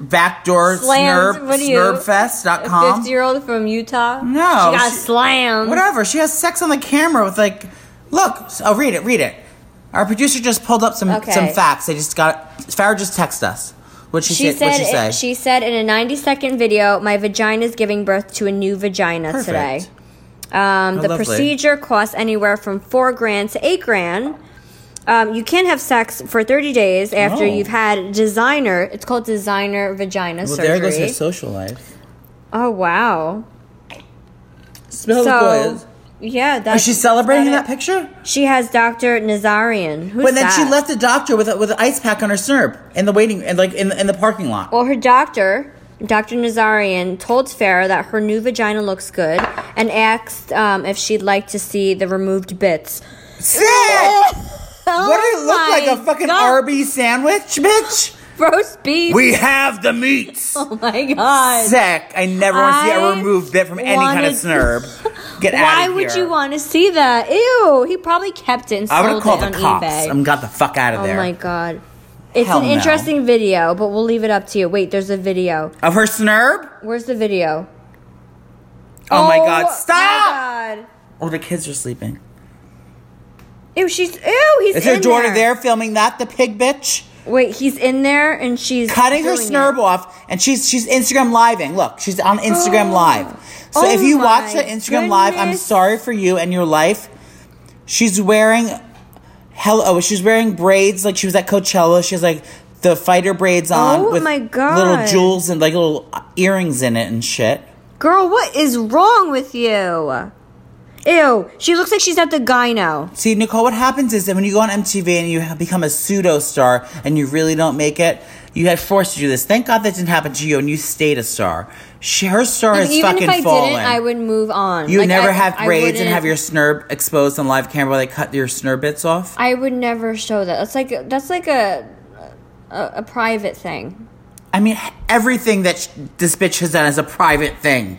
S2: backdoor
S1: Slammed,
S2: snurb
S1: what are you, A
S2: snurbfest.com.
S1: fifty-year-old from Utah.
S2: No,
S1: she got
S2: she-
S1: slammed.
S2: Whatever. She has sex on the camera with like, look. Oh, read it. Read it. Our producer just pulled up some
S1: Okay.
S2: some facts. They just got. Farrah just texted us. What she,
S1: She
S2: said. What
S1: said
S2: she
S1: it-
S2: say?
S1: she said in a 90 second video, my vagina is giving birth to a new vagina
S2: Perfect.
S1: today. Um,
S2: Oh,
S1: the
S2: lovely.
S1: procedure costs anywhere from 4 grand to 8 grand. Um, you can have sex for 30 days after
S2: Oh.
S1: you've had designer, it's called designer vagina
S2: well,
S1: surgery.
S2: there goes her social life.
S1: oh wow.
S2: Smell
S1: So
S2: so,
S1: yeah,
S2: Is
S1: that's
S2: she celebrating
S1: about
S2: that
S1: it.
S2: picture?
S1: She has Dr. Nazarian. Who's
S2: But then she
S1: that?
S2: left the doctor with a, with an ice pack on her snurb in the waiting and like in in the parking lot.
S1: Well, her doctor, Dr. Nazarian, told Farah that her new vagina looks good and asked um, if she'd like to see the removed bits.
S2: Sick!
S1: Oh
S2: what do you look like? A
S1: my
S2: fucking
S1: God.
S2: Arby's sandwich, bitch?
S1: Roast beef.
S2: We have the meats.
S1: oh my god.
S2: Sick. I never want to see
S1: I
S2: a removed bit from any kind of
S1: wanted-
S2: snurb. Get out of
S1: Why
S2: here.
S1: would you want to see that? Ew. He probably kept it and
S2: I
S1: sold
S2: would have called
S1: it on
S2: the cops.
S1: eBay.
S2: I'm got the fuck out of
S1: oh
S2: there.
S1: my god. It's
S2: Hell
S1: an
S2: no.
S1: interesting video, but we'll leave it up to you. Wait, there's a video.
S2: Of her snurb?
S1: Where's the video?
S2: Oh, my god, stop!
S1: My god.
S2: Oh, the kids are sleeping.
S1: Ew, she's ew, he's
S2: Is her
S1: in
S2: daughter there. filming that, the pig bitch?
S1: Wait, he's in there and she's
S2: Cutting her
S1: doing
S2: snurb
S1: it.
S2: off, and she's she's Instagram living. Look, she's on Instagram live. So
S1: Oh
S2: if you
S1: my
S2: watch the Instagram live, I'm
S1: goodness.
S2: sorry for you and your life. She's wearing hell oh, she's wearing braids like she was at Coachella. She has like the fighter braids on
S1: Oh
S2: with
S1: my God.
S2: little jewels and like little earrings in it and shit.
S1: Girl, what is wrong with you? Ew, she looks like she's at the gyno.
S2: See, Nicole, what happens is that when you go on MTV and you have become a pseudo star and you really don't make it, you had forced to do this. Thank God that didn't happen to you and you stayed a star. She, her star has
S1: Even
S2: fucking
S1: if I
S2: fallen.
S1: didn't, I would move on.
S2: you would
S1: Like,
S2: never
S1: I-
S2: have
S1: I
S2: braids and
S1: wouldn't-
S2: have your snurb exposed on live camera while they cut your snurb bits off.
S1: I would never show that. That's like that's like a a, a private thing.
S2: I mean, everything that sh- this bitch has done is a private thing.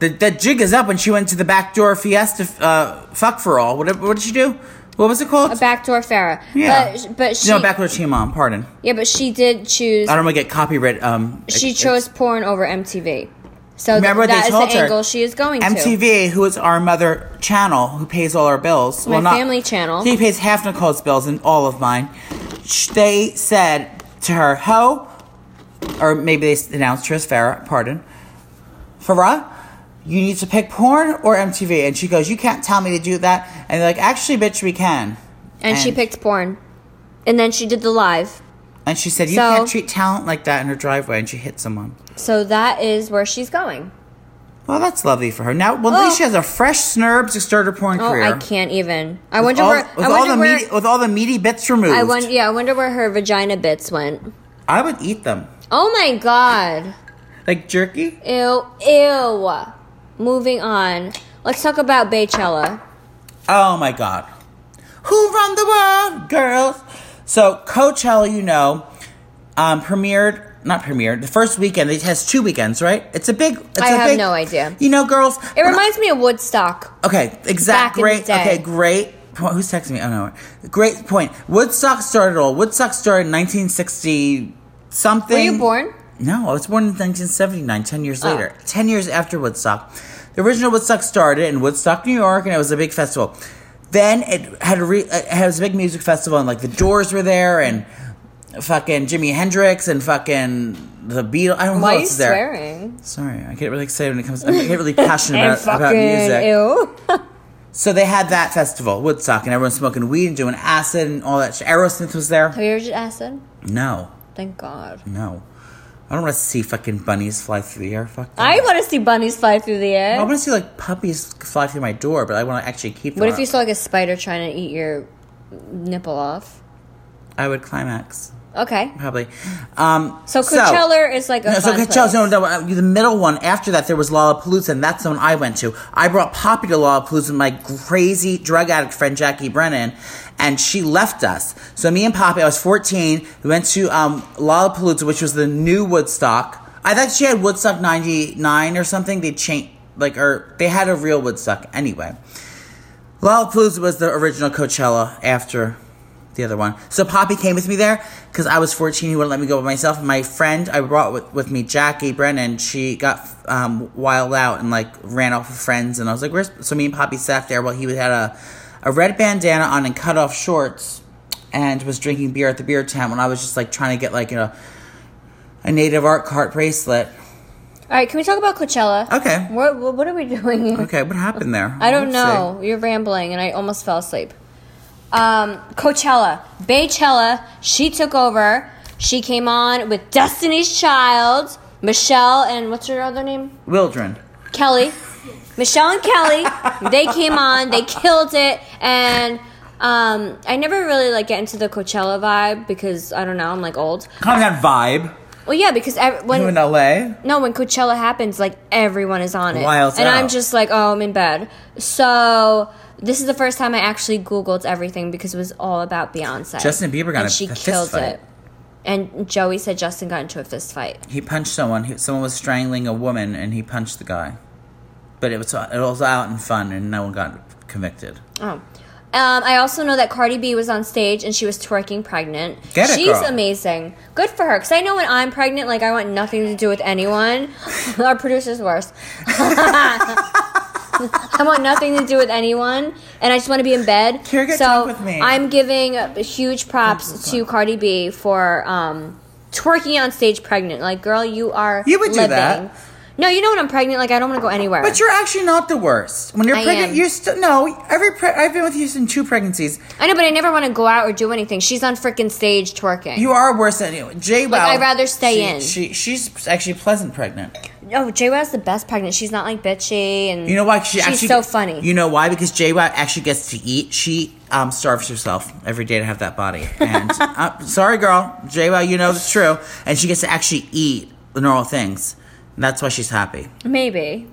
S2: The, the jig is up when she went to the backdoor fiesta, uh, fuck for all. What, what did she do? What was it called?
S1: A backdoor Farah.
S2: yeah.
S1: But but she
S2: no, backdoor team mom, pardon.
S1: Yeah, but she did choose
S2: I don't want to get copyright. Um,
S1: she
S2: ex-
S1: chose porn over MTV. So
S2: Remember
S1: th-
S2: what
S1: that
S2: they
S1: is
S2: told
S1: the
S2: her.
S1: angle she is going to.
S2: MTV, who is our mother channel, who pays all our bills.
S1: My family channel.
S2: He pays half Nicole's bills and all of mine. Sh- They said to her, "Ho," or maybe they s- announced her as Farah. Pardon, Farah, you need to pick porn or MTV. And she goes, You can't tell me to do that. And they're like, Actually, bitch, we can.
S1: And, she picked porn. And then she did the live.
S2: And she said, You
S1: So-
S2: can't treat talent like that in her driveway. And she hit someone.
S1: So that is where she's going.
S2: Well, that's lovely for her. Now, well, at least
S1: Oh.
S2: she has a fresh snurb to start her porn
S1: Oh,
S2: career.
S1: I can't even. I
S2: With
S1: wonder
S2: all,
S1: where.
S2: with
S1: I
S2: all
S1: wonder
S2: the
S1: where.
S2: meaty, with all the meaty bits removed,
S1: I
S2: I,
S1: wonder. Yeah, I wonder where her vagina bits went.
S2: would eat them
S1: Oh my god.
S2: like jerky.
S1: Ew. Ew. Moving on. Let's talk about Baychella.
S2: Oh my god, who run the world, girls? So Coachella, you know, um, premiered not premiered the first weekend. It has two weekends, right? It's a big. It's
S1: I
S2: a
S1: have
S2: big-
S1: no idea.
S2: You know, girls.
S1: It reminds me of Woodstock.
S2: Okay,
S1: Back
S2: exact.
S1: in
S2: Great.
S1: the day.
S2: Okay, great. Point. Who's texting me? Oh no, great point. Woodstock started all. Woodstock started in 1960 something.
S1: Were you born?
S2: No, I was born in 1979, 10 years
S1: Oh.
S2: later. 10 years after Woodstock. The original Woodstock started in Woodstock, New York, and it was a big festival. Then it had a re- it has a big music festival, and like the Doors were there, and fucking Jimi Hendrix, and fucking the Beatles. I don't know
S1: Why are
S2: who
S1: you
S2: else is there.
S1: swearing?
S2: Sorry, I get really excited when it comes. I get really passionate
S1: And
S2: about, about music.
S1: ew.
S2: So they had that festival, Woodstock, and everyone's smoking weed and doing acid and all that. Shit. Aerosmith was there.
S1: Have you ever did acid?
S2: No,
S1: Thank God.
S2: no, I don't want to see fucking bunnies fly through the air. Fuck. that.
S1: I want to see bunnies fly through the air.
S2: I want to see like puppies fly through my door, but I want to actually keep them.
S1: What if you saw like a spider trying to eat your nipple off?
S2: I would climax
S1: Okay.
S2: probably. Um,
S1: So Coachella is like a
S2: No, so
S1: fun
S2: Coachella's
S1: place.
S2: no, no, uh, the middle one. After that, there was Lollapalooza, and that's the one I went to. I brought Poppy to Lollapalooza with my crazy drug addict friend Jackie Brennan, and she left us. So me and Poppy, I was 14, we went to um, Lollapalooza, which was the new Woodstock. I thought she had Woodstock 99 or something. They changed, like, or they had a real Woodstock anyway. Lollapalooza was the original Coachella after the other one. So Poppy came with me there because I was 14. He wouldn't let me go by myself. My friend I brought with, with me, Jackie Brennan, she got um, wild out and like ran off with friends. And I was like, where's. So me and Poppy sat there while he had a, a red bandana on and cut off shorts and was drinking beer at the beer tent when I was just like trying to get like, you know, a native art cart bracelet.
S1: All right, can we talk about Coachella?
S2: Okay.
S1: What what, what are we doing? here?
S2: Okay, what happened there?
S1: I don't
S2: Let's see.
S1: know. You're rambling, and I almost fell asleep. Um, Coachella, Baychella, she took over. She came on with Destiny's Child, Michelle, and what's her other name?
S2: Wildren.
S1: Kelly. Michelle and Kelly, they came on, they killed it, and um, I never really like get into the Coachella vibe because I don't know, I'm like old.
S2: Kind of that vibe.
S1: Well, yeah, because ev- when
S2: You in LA?
S1: no, when Coachella happens, like everyone is on it.
S2: Wild
S1: and
S2: out.
S1: I'm just like, oh, I'm in bed. So this is the first time I actually Googled everything because it was all about Beyonce.
S2: Justin Bieber got
S1: and
S2: a-
S1: she
S2: a fist
S1: killed
S2: fight.
S1: it. And Joey said Justin got into a fist fight.
S2: He punched someone. He, someone was strangling a woman, and he punched the guy. But it was it was out in fun, and no one got convicted.
S1: Oh. Um, I also know that Cardi B was on stage and she was twerking pregnant.
S2: Get it,
S1: She's
S2: girl.
S1: amazing. Good for her. Because I know when I'm pregnant, like, I want nothing to do with anyone. Our producer's worse. I want nothing to do with anyone. And I just want to be in bed.
S2: Here, get
S1: so
S2: drunk with me.
S1: I'm giving huge props to Cardi B for um, twerking on stage pregnant. Like, girl, you are
S2: You would do
S1: living.
S2: that.
S1: No, you know when I'm pregnant, like, I don't want to go anywhere.
S2: But you're actually not the worst. When you're
S1: I
S2: pregnant,
S1: am.
S2: you're still no. Every pre- I've been with you since two pregnancies.
S1: I know, but I never want to go out or do anything. She's on freaking stage twerking.
S2: You are worse than anyone. J. Well,
S1: I'd rather stay
S2: she-
S1: in.
S2: She she's actually pleasant pregnant.
S1: Oh, J Wow's the best pregnant. She's not like bitchy and
S2: You know why? 'Cause She
S1: she's
S2: actually,
S1: so funny.
S2: You know why? Because J. Watt actually gets to eat. She um, starves herself every day to have that body. And uh, sorry, girl, J. Watt, you know it's true. And she gets to actually eat the normal things. And that's why she's happy.
S1: Maybe.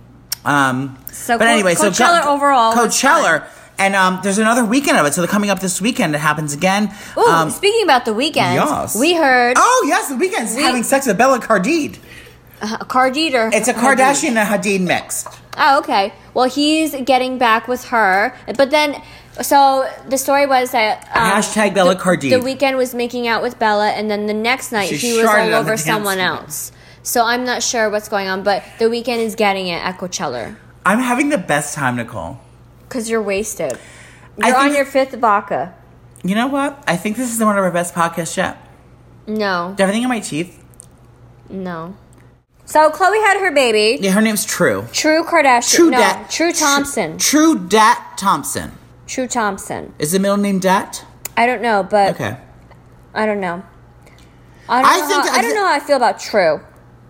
S2: Um,
S1: So
S2: but
S1: Co-
S2: anyway, so
S1: Coachella
S2: Co-
S1: overall was
S2: Coachella, and um, there's another weekend of it. So they're coming up this weekend. It happens again.
S1: Ooh,
S2: um,
S1: speaking about the weekend,
S2: yes.
S1: we heard
S2: oh yes, the weekend's
S1: We-
S2: having sex with Bella Cardid.
S1: uh, Cardi or
S2: Ah! It's a Kardashian and a Hadid mix.
S1: Oh, okay. Well, he's getting back with her, but then. So the story was that um,
S2: Hashtag Bella
S1: the,
S2: Cardid.
S1: The weekend was making out with Bella, and then the next night
S2: She
S1: he was
S2: sharted on
S1: all
S2: the
S1: over
S2: dance
S1: someone
S2: floor.
S1: else. So I'm not sure what's going on, but the weekend is getting it at Coachella
S2: I'm having the best time, Nicole.
S1: because you're wasted.
S2: I
S1: You're on
S2: think-
S1: your fifth vodka.
S2: You know what? I think this is one of our best podcasts yet.
S1: No,
S2: Do I have anything in my teeth?
S1: no. So Chloe had her baby.
S2: Yeah, her name's True.
S1: True Kardashian.
S2: True
S1: no,
S2: Dat.
S1: True
S2: Tr-
S1: Thompson.
S2: True Dat Thompson.
S1: True Thompson.
S2: Is the middle name Dat?
S1: I don't know, but
S2: Okay.
S1: I don't know. I don't
S2: I
S1: know.
S2: think
S1: how,
S2: I
S1: I don't
S2: thi-
S1: know how I feel about True,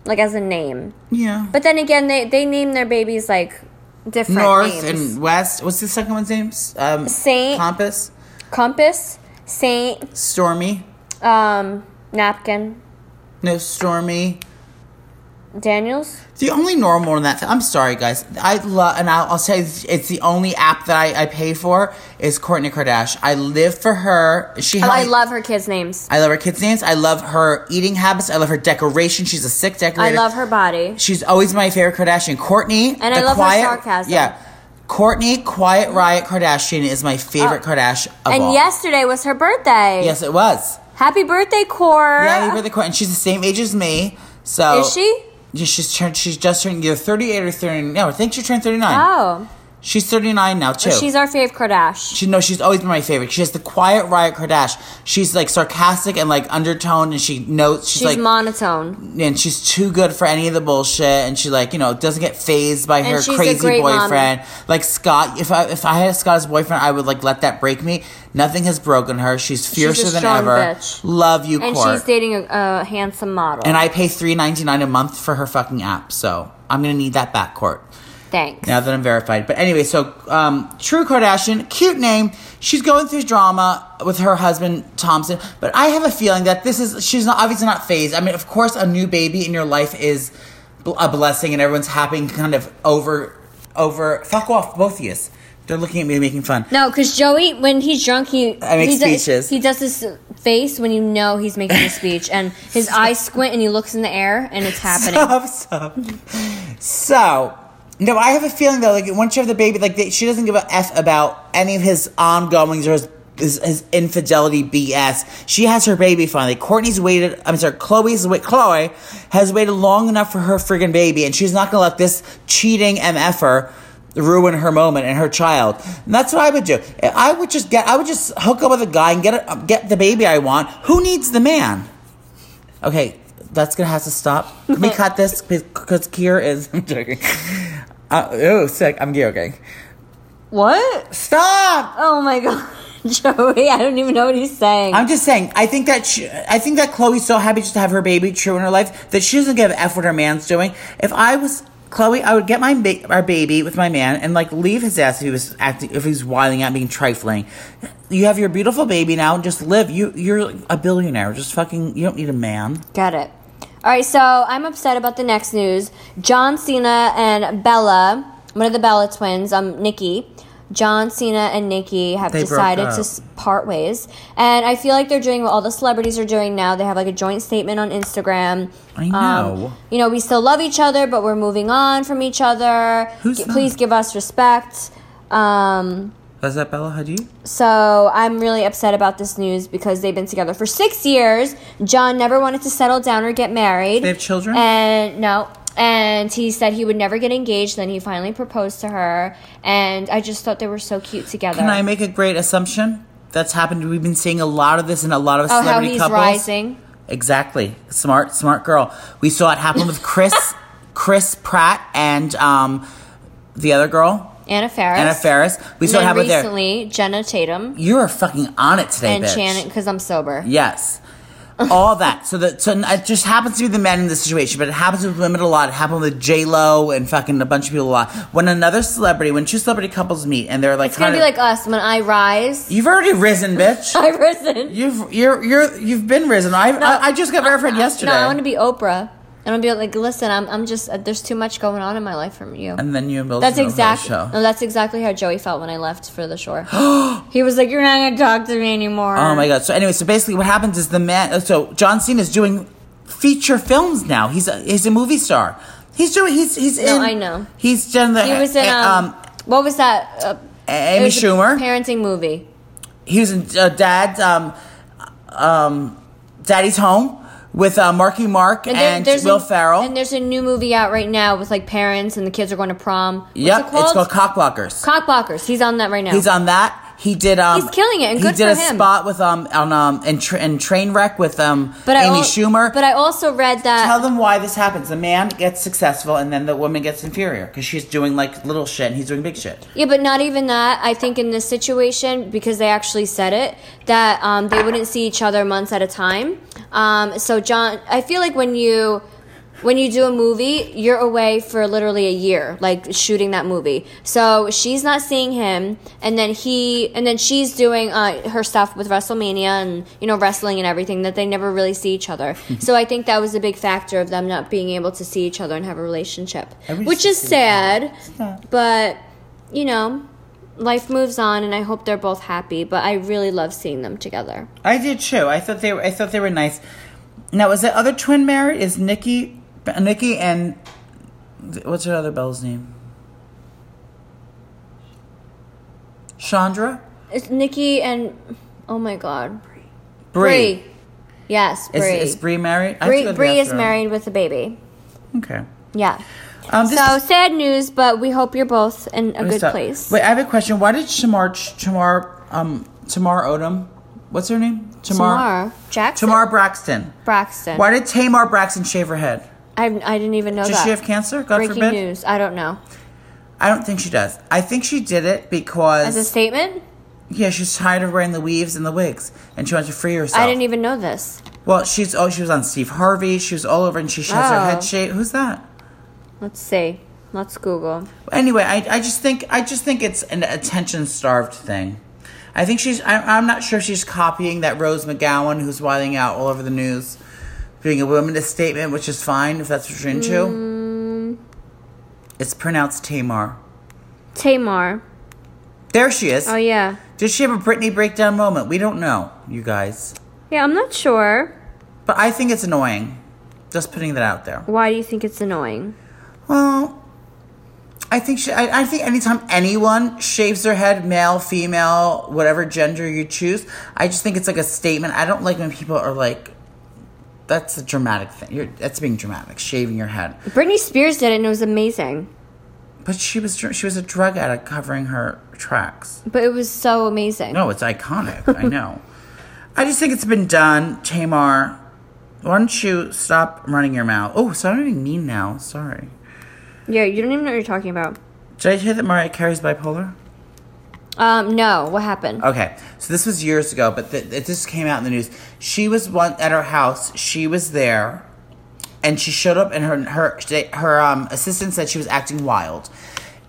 S1: like as a name.
S2: Yeah.
S1: But then again, they they name their babies like different
S2: North
S1: names.
S2: and West. What's the second one's name? S- Um,
S1: Saint.
S2: Compass.
S1: Compass, Saint,
S2: Stormy.
S1: um, Napkin,
S2: No, Stormy.
S1: Daniels.
S2: The only normal in that. I'm sorry, guys. I love, and I'll, I'll say it's it's the only app that I, I pay for is Courtney Kardashian. I live for her. She.
S1: Oh, I
S2: has-
S1: love her kids' names.
S2: I love her kids' names. I love her eating habits. I love her decoration. She's a sick
S1: I
S2: decorator.
S1: love her body.
S2: She's always my favorite Kardashian. Courtney.
S1: And I love her sarcasm.
S2: Yeah. Courtney Quiet Riot Kardashian is my favorite Kardashian of
S1: Uh, And
S2: all.
S1: yesterday was her birthday.
S2: Yes, it was.
S1: Happy birthday, Cora.
S2: Yeah, Oh. we were the Courtney. And she's the same age as me. So
S1: Is she?
S2: Yeah, she's turned. She's just turned either thirty-eight or thirty. No, I think she turned thirty-nine.
S1: Oh,
S2: She's thirty-nine now too.
S1: she's our fave Kardashian.
S2: She no, she's always been my favorite. She has the quiet riot Kardashian. She's like sarcastic and like undertoned, and she knows she's,
S1: She's
S2: like,
S1: monotone.
S2: and she's too good for any of the bullshit. And she like you know doesn't get phased by her
S1: she's a
S2: crazy
S1: great
S2: boyfriend. Like Scott, if I if I had Scott as boyfriend, I would like let that break me. Nothing has broken her. She's
S1: a
S2: fiercer than
S1: strong
S2: ever.
S1: bitch.
S2: Love you,
S1: And
S2: Court.
S1: she's dating a, a handsome model.
S2: and I pay three ninety nine a month for her fucking app, so I'm gonna need that back, Court.
S1: Thanks.
S2: Now that I'm verified. But anyway, so um, True Kardashian, cute name. She's going through drama with her husband Thompson, but I have a feeling that this is she's not obviously not phased. I mean, of course, a new baby in your life is bl- a blessing, and everyone's happy and kind of over over. Fuck off, both of you. They're looking at me making fun.
S1: No, because Joey, when he's drunk, he
S2: I make
S1: he does-
S2: speeches.
S1: he does this face when you know he's making a speech, and his eyes squint, and he looks in the air, and it's happening.
S2: Stop, stop. so, no, I have a feeling though, like once you have the baby, like they, she doesn't give a f about any of his ongoings or his, his his infidelity BS. She has her baby finally. Courtney's waited. I'm sorry, Chloe's wait. Chloe has waited long enough for her friggin' baby, and she's not gonna let this cheating mf'er ruin her moment and her child. And that's what I would do. I would just get. I would just hook up with a guy and get a, get the baby I want. Who needs the man? Okay, that's gonna have to stop. Can we cut this? Because Kier is. I'm joking. Uh, oh, sick. I'm gay. Okay.
S1: What?
S2: Stop.
S1: Oh my god, Joey! I don't even know what he's saying.
S2: I'm just saying. I think that she, I think that Chloe's so happy just to have her baby true in her life that she doesn't give a f what her man's doing. If I was Chloe, I would get my ba- our baby with my man and like leave his ass if he was acting if he was wilding out being trifling. You have your beautiful baby now. Just live. You you're a billionaire. Just fucking. You don't need a man.
S1: Got it. All right, so I'm upset about the next news. John Cena and Bella, one of the Bella twins, um, Nikki. John Cena and Nikki have
S2: They broke
S1: decided
S2: up.
S1: to s- part ways, and I feel like they're doing what all the celebrities are doing now. They have like a joint statement on Instagram. Um,
S2: I know.
S1: you know, we still love each other, but we're moving on from each other.
S2: Who's
S1: G-
S2: that?
S1: please give us respect. Um,
S2: Was that Bella Hadid?
S1: so I'm really upset about this news because they've been together for six years. John never wanted to settle down or get married.
S2: They have children?
S1: And no. And he said he would never get engaged. Then he finally proposed to her. And I just thought they were so cute together.
S2: Can I make a great assumption? That's happened. We've been seeing a lot of this in a lot of
S1: oh, how
S2: celebrity
S1: he's
S2: couples.
S1: rising.
S2: Exactly. Smart, smart girl. We saw it happen with Chris, Chris Pratt, and um, the other girl,
S1: Anna Faris.
S2: Anna Ferris. We
S1: And
S2: saw it
S1: then
S2: happen there.
S1: recently, Jenna Tatum
S2: You are fucking on it today,
S1: and
S2: bitch.
S1: Shannon, because I'm sober.
S2: Yes. All that. So that so it just happens to be the men in this situation, but it happens with women a lot. It happened with J Lo and fucking a bunch of people a lot. When another celebrity, when two celebrity couples meet and they're like,
S1: It's going to
S2: kinda-
S1: be like us when I rise.
S2: You've already risen, bitch.
S1: I've risen.
S2: You've you're you're you've been risen. I I, I just got verified yesterday.
S1: Uh, No, I want to be Oprah. I want to be like, listen, I'm, I'm just, uh, there's too much going on in my life from you.
S2: and then you and Bill.
S1: That's
S2: Smith on the
S1: exactly.
S2: show.
S1: No, that's exactly how Joey felt when I left for the shore. he was like, "You're not gonna talk to me anymore."
S2: Oh my god. So anyway, so basically, what happens is the man. uh, So John Cena is doing feature films now. He's a, he's a movie star. He's doing. He's he's in.
S1: No, I know.
S2: He's done the.
S1: He was in
S2: uh,
S1: um, what was that? Uh, it
S2: Amy
S1: was a
S2: Schumer.
S1: parenting movie.
S2: he was in uh, Dad's um, um, Daddy's Home with uh, Marky Mark and,
S1: there- there's
S2: Will
S1: a,
S2: Ferrell.
S1: And there's a new movie out right now with like parents and the kids are going to prom. What's
S2: yep,
S1: it called?
S2: it's called Cockblockers.
S1: Cockblockers. He's on that right now.
S2: He's on that. He did. Um,
S1: He's killing it, and good
S2: he did
S1: for
S2: a
S1: him.
S2: spot with um on um and, tra- and train wreck with um
S1: But I
S2: Amy
S1: al-
S2: Schumer.
S1: But I also read that
S2: Tell them why this happens. The man gets successful, and then the woman gets inferior because she's doing like little shit, and he's doing big shit.
S1: Yeah, but not even that. I think in this situation, because they actually said it, that um, they wouldn't see each other months at a time. Um, so John, I feel like when you when you do a movie, you're away for literally a year, like shooting that movie. So she's not seeing him, and then he, and then she's doing uh, her stuff with WrestleMania and you know wrestling and everything that they never really see each other. so I think that was a big factor of them not being able to see each other and have a relationship,
S2: I wish
S1: which
S2: to
S1: is
S2: see
S1: sad. But you know, life moves on, and I hope they're both happy. But I really love seeing them together.
S2: I did too. I thought they were. I thought they were nice. Now, is the other twin married? Is Nikki, Nikki, and what's her other Belle's name? Chandra,
S1: It's Nikki and oh my god,
S2: Bree.
S1: Bree. Yes,
S2: Is,
S1: Bree.
S2: is Bree married? I have
S1: Bree,
S2: to go to the
S1: Bree is
S2: bathroom.
S1: married with a baby.
S2: Okay.
S1: Yeah.
S2: Um, this
S1: So
S2: is-
S1: sad news, but we hope you're both in a
S2: Let me
S1: good
S2: stop.
S1: place.
S2: Wait, I have a question. Why did Shamar Shamar um Tamar Odom? What's her name? Tamar.
S1: Tamar Jackson.
S2: Tamar Braxton.
S1: Braxton.
S2: Why did Tamar Braxton shave her head?
S1: I, I didn't even know
S2: Does
S1: that.
S2: she have cancer? God
S1: Oh, Breaking
S2: forbid.
S1: news. I don't know.
S2: I don't think she does. I think she did it because
S1: As a statement,
S2: yeah, she's tired of wearing the weaves and the wigs, and she wants to free herself.
S1: I didn't e- even know this.
S2: Well, she's oh, she was on Steve Harvey. She was all over, and she has her
S1: Oh.
S2: head shaved. Who's that?
S1: Let's see. Let's Google.
S2: Anyway, I, I just think I just think it's an attention starved thing. I think she's I, I'm not sure if she's copying that Rose McGowan who's wilding out all over the news, doing a womanist statement, which is fine if that's what you're into.
S1: Mm.
S2: It's pronounced Tamar.
S1: Tamar.
S2: There she is.
S1: Oh yeah.
S2: Did she have a Britney breakdown moment? We don't know, you guys.
S1: Yeah, I'm not sure.
S2: But I think it's annoying. Just putting that out there.
S1: Why do you think it's annoying?
S2: Well, I think she, I, I think anytime anyone shaves their head, male, female, whatever gender you choose, I just think it's like a statement. I don't like when people are like, "That's a dramatic thing. You're, that's being dramatic, shaving your head."
S1: Britney Spears did it and it was amazing.
S2: But she was dr- she was a drug addict covering her tracks.
S1: But it was so amazing.
S2: No, it's iconic. I know. I just think it's been done, Tamar. Why don't you stop running your mouth? Oh, sounding mean now. Sorry.
S1: Yeah, you don't even know what you're talking about.
S2: Did I hear that Mariah Carey's bipolar?
S1: Um, no, what happened?
S2: Okay, so this was years ago, but th- it just came out in the news. She was one at her house. She was there, and she showed up, and her her her um, assistant said she was acting wild,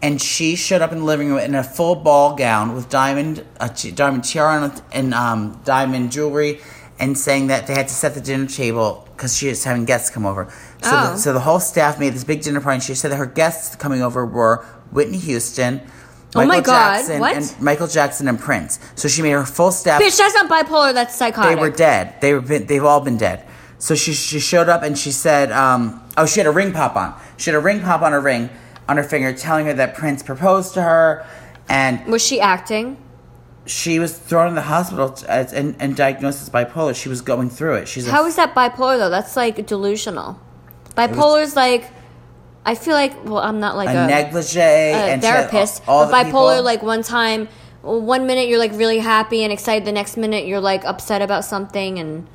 S2: and she showed up in the living room in a full ball gown with diamond a ti- diamond tiara and, and um, diamond jewelry, and saying that they had to set the dinner table because she was having guests come over. So, the,
S1: Oh.
S2: so the whole staff made this big dinner party, and she said that her guests coming over were Whitney Houston.
S1: Oh my
S2: Michael
S1: God,
S2: Jackson,
S1: what?
S2: And Michael Jackson and Prince. So she made her full staff.
S1: Bitch, that's not bipolar, that's
S2: they
S1: psychotic.
S2: were dead. They were been, they've all been dead. So she she showed up and she said, um, oh, she had a ring pop on. She had a ring pop on her ring on her finger, telling her that Prince proposed to her, and
S1: was she acting?
S2: she was thrown in the hospital t- as, and, and diagnosed as bipolar. She was going through it. She's a-
S1: How is that bipolar though? That's like delusional. Bipolar's like I feel like well, I'm not like
S2: a
S1: a,
S2: negligee
S1: a
S2: and she had
S1: therapist.
S2: all, all
S1: but bipolar,
S2: the people-
S1: like one time one minute you're like really happy and excited, the next minute you're like upset about something and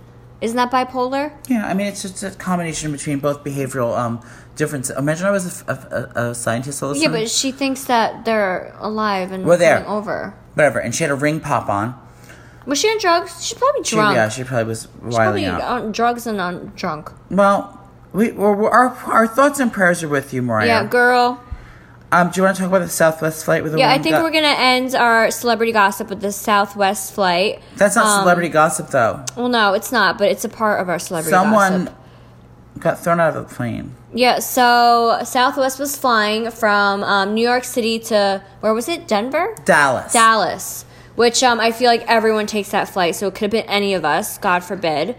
S1: isn't that bipolar?
S2: Yeah, I mean, it's just a combination between both behavioral um, differences. Imagine I was a, f- a- a- a scientist. all of a
S1: Yeah,
S2: sudden.
S1: but she thinks that they're alive and
S2: Well, there.
S1: coming over.
S2: whatever. And she had a ring pop on.
S1: Was she on drugs? She's probably
S2: She,
S1: drunk.
S2: yeah, she probably was wilding
S1: probably
S2: out.
S1: on drugs and on drunk.
S2: Well, we we're, we're- our our thoughts and prayers are with you, Mariah.
S1: Yeah, girl.
S2: Um, do you want to talk about the Southwest flight with the
S1: Yeah, I
S2: woman
S1: think
S2: go-
S1: we're gonna end our celebrity gossip with the Southwest flight.
S2: That's not
S1: um,
S2: celebrity gossip, though.
S1: Well, no, it's not, but it's a part of our celebrity
S2: Someone
S1: gossip.
S2: got thrown out of the plane.
S1: Yeah, so Southwest was flying from um, New York City to where was it? Denver,
S2: Dallas.
S1: Dallas. Which um, I feel like everyone takes that flight, so it could have been any of us, God forbid.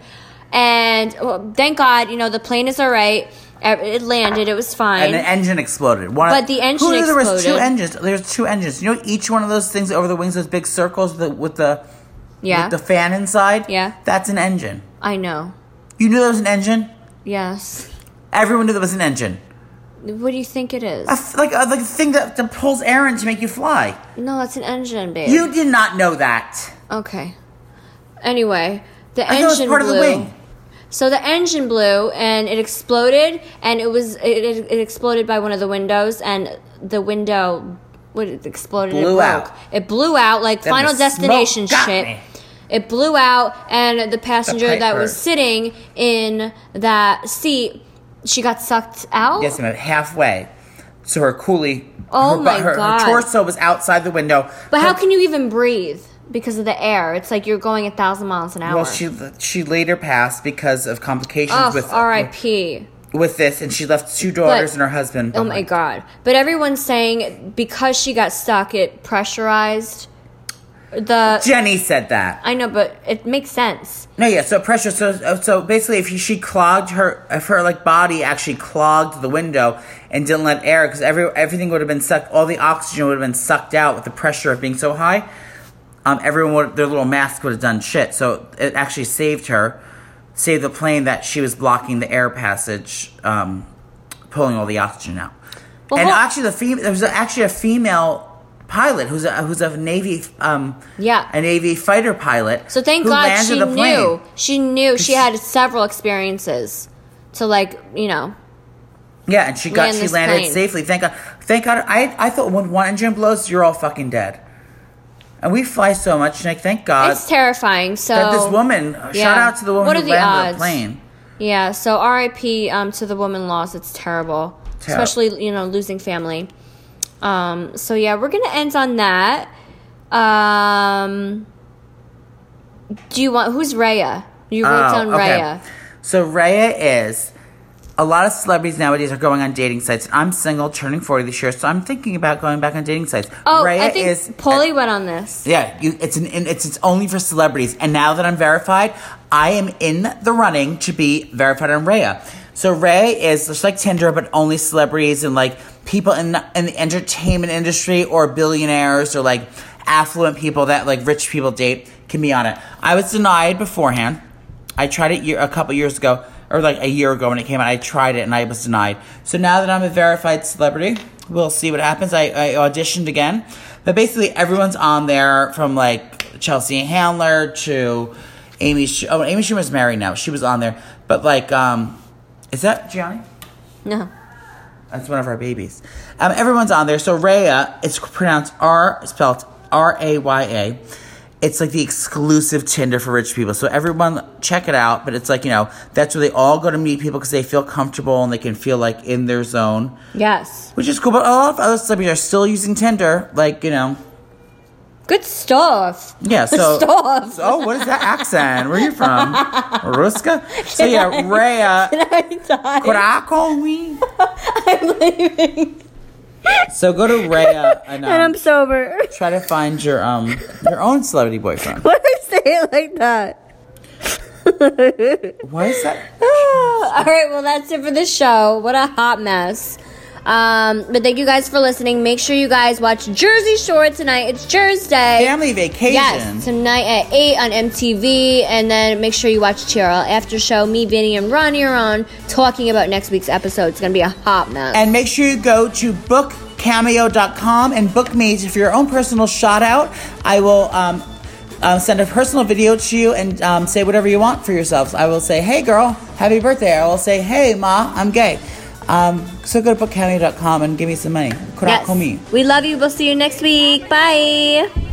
S1: And well, thank God, you know, the plane is all right. Ev- It landed, it was fine.
S2: and the engine exploded. One
S1: But the engine
S2: who knew There was two
S1: exploded.
S2: engines. There's two engines. You know, each one of those things over the wings, those big circles with the with the,
S1: yeah,
S2: with the fan inside.
S1: Yeah.
S2: that's an engine.
S1: I know.
S2: You knew there was an engine.
S1: Yes.
S2: Everyone knew there was an engine.
S1: What do you think it is?
S2: A f- like a, like a thing that, that pulls Aaron to make you fly.
S1: No, that's an engine, babe.
S2: You did not know that.
S1: okay. Anyway, the
S2: I
S1: engine
S2: thought it was part of
S1: blew.
S2: the wing.
S1: So the engine blew and it exploded, and it was it, it, it exploded by one of the windows, and the window what it exploded it
S2: Blew
S1: broke.
S2: out.
S1: It blew out like
S2: Then
S1: Final
S2: the smoke
S1: Destination
S2: got
S1: shit.
S2: me.
S1: It blew out, and the passenger
S2: pipe
S1: that was
S2: burst.
S1: sitting in that seat, she got sucked out.
S2: Yes, ma'am. Halfway. So her coolie.
S1: Oh
S2: her, bu-
S1: my
S2: her,
S1: God.
S2: Her torso was outside the window.
S1: But how can you even breathe because of the air? It's like you're going a thousand miles an hour.
S2: Well, she she later passed because of complications
S1: Ugh,
S2: with
S1: R.I.P.
S2: with this, and she left two daughters and her husband.
S1: Oh my
S2: behind.
S1: god. But everyone's saying because she got stuck, it pressurized the.
S2: Jenny said that.
S1: I know, but it makes sense.
S2: No, yeah. So pressure. So uh, so basically, if she clogged her, if her like body actually clogged the window and didn't let air, because every everything would have been sucked. All the oxygen would have been sucked out with the pressure of being so high. Um, everyone would their little mask would have done shit. So it actually saved her, saved the plane that she was blocking the air passage, um, pulling all the oxygen out.
S1: Well,
S2: and
S1: hold-
S2: actually, the fem- there was actually a female pilot who's a, who's a navy um
S1: Yeah.
S2: a navy fighter pilot.
S1: So thank
S2: who
S1: God
S2: landed
S1: she
S2: the plane.
S1: knew. She knew she
S2: she-
S1: had several experiences to like, you know.
S2: Yeah, and she got
S1: land
S2: she
S1: this
S2: landed
S1: plane.
S2: safely. Thank God. Thank God. I I thought when one engine blows, you're all fucking dead. And we fly so much, Nick. Thank God
S1: It's terrifying. So
S2: Uh, that this woman. Shout out to the woman
S1: What
S2: who
S1: are the
S2: landed
S1: odds?
S2: the plane.
S1: Yeah, so RIP um, to the woman lost. It's terrible.
S2: Terrible.
S1: Especially, you know, losing family. Um, so, yeah, we're going to end on that. Um, do you want. Who's Raya? You wrote
S2: Oh,
S1: down Raya.
S2: So Raya is. A lot of celebrities nowadays are going on dating sites. I'm single, turning 40 this year, so I'm thinking about going back on dating sites.
S1: Oh,
S2: Raya
S1: I think
S2: is
S1: Polly went on this.
S2: Yeah, you, it's an and it's it's only for celebrities. And now that I'm verified, I am in the running to be verified on Raya. So Raya is just like Tinder, but only celebrities and like people in the, in the entertainment industry or billionaires or like affluent people that like rich people date can be on it. I was denied beforehand. I tried it year, a couple years ago, or like a year ago when it came out. I tried it and I was denied. So now that I'm a verified celebrity, we'll see what happens. I, I auditioned again, but basically everyone's on there from like Chelsea Handler to Amy. Sch- oh, Amy Schumer's married now. She was on there, but like, um, is that Gianni?
S1: No.
S2: That's one of our babies. Um, everyone's on there. So Raya, it's pronounced R, spelled R A Y A. It's like the exclusive Tinder for rich people. So everyone, check it out. But it's like you know, that's where they all go to meet people because they feel comfortable and they can feel like in their zone,
S1: Yes.
S2: which is cool. But a lot of other celebrities are still using Tinder. Like you know,
S1: Good stuff.
S2: yeah. So
S1: stuff.
S2: So, oh, what is that accent? Where are you from? Ruska. So yeah, Raya. Could I call me?
S1: I'm leaving.
S2: So go to Raya and, um,
S1: And I'm sober.
S2: try to find your um your own celebrity boyfriend.
S1: Why did I say it like that?
S2: Why is that?
S1: All right, Ah, well, that's it for the show. What a hot mess. Um, but thank you guys for listening. Make sure you guys watch Jersey Shore tonight. It's Thursday.
S2: Family vacation.
S1: Yes, tonight at 8 on MTV. And then make sure you watch TRL After Show. Me, Vinny, and Ronnie are on talking about next week's episode. It's going to be a hot mess.
S2: And make sure you go to bookcameo.com and book me for your own personal shout out. I will um, uh, send a personal video to you and um, say whatever you want for yourselves. I will say, hey girl, happy birthday. I will say, hey ma, I'm gay. Um, so go to bookcameo.com and give me some money. Could I
S1: Yes.
S2: call me?
S1: We love you. We'll see you next week. Bye.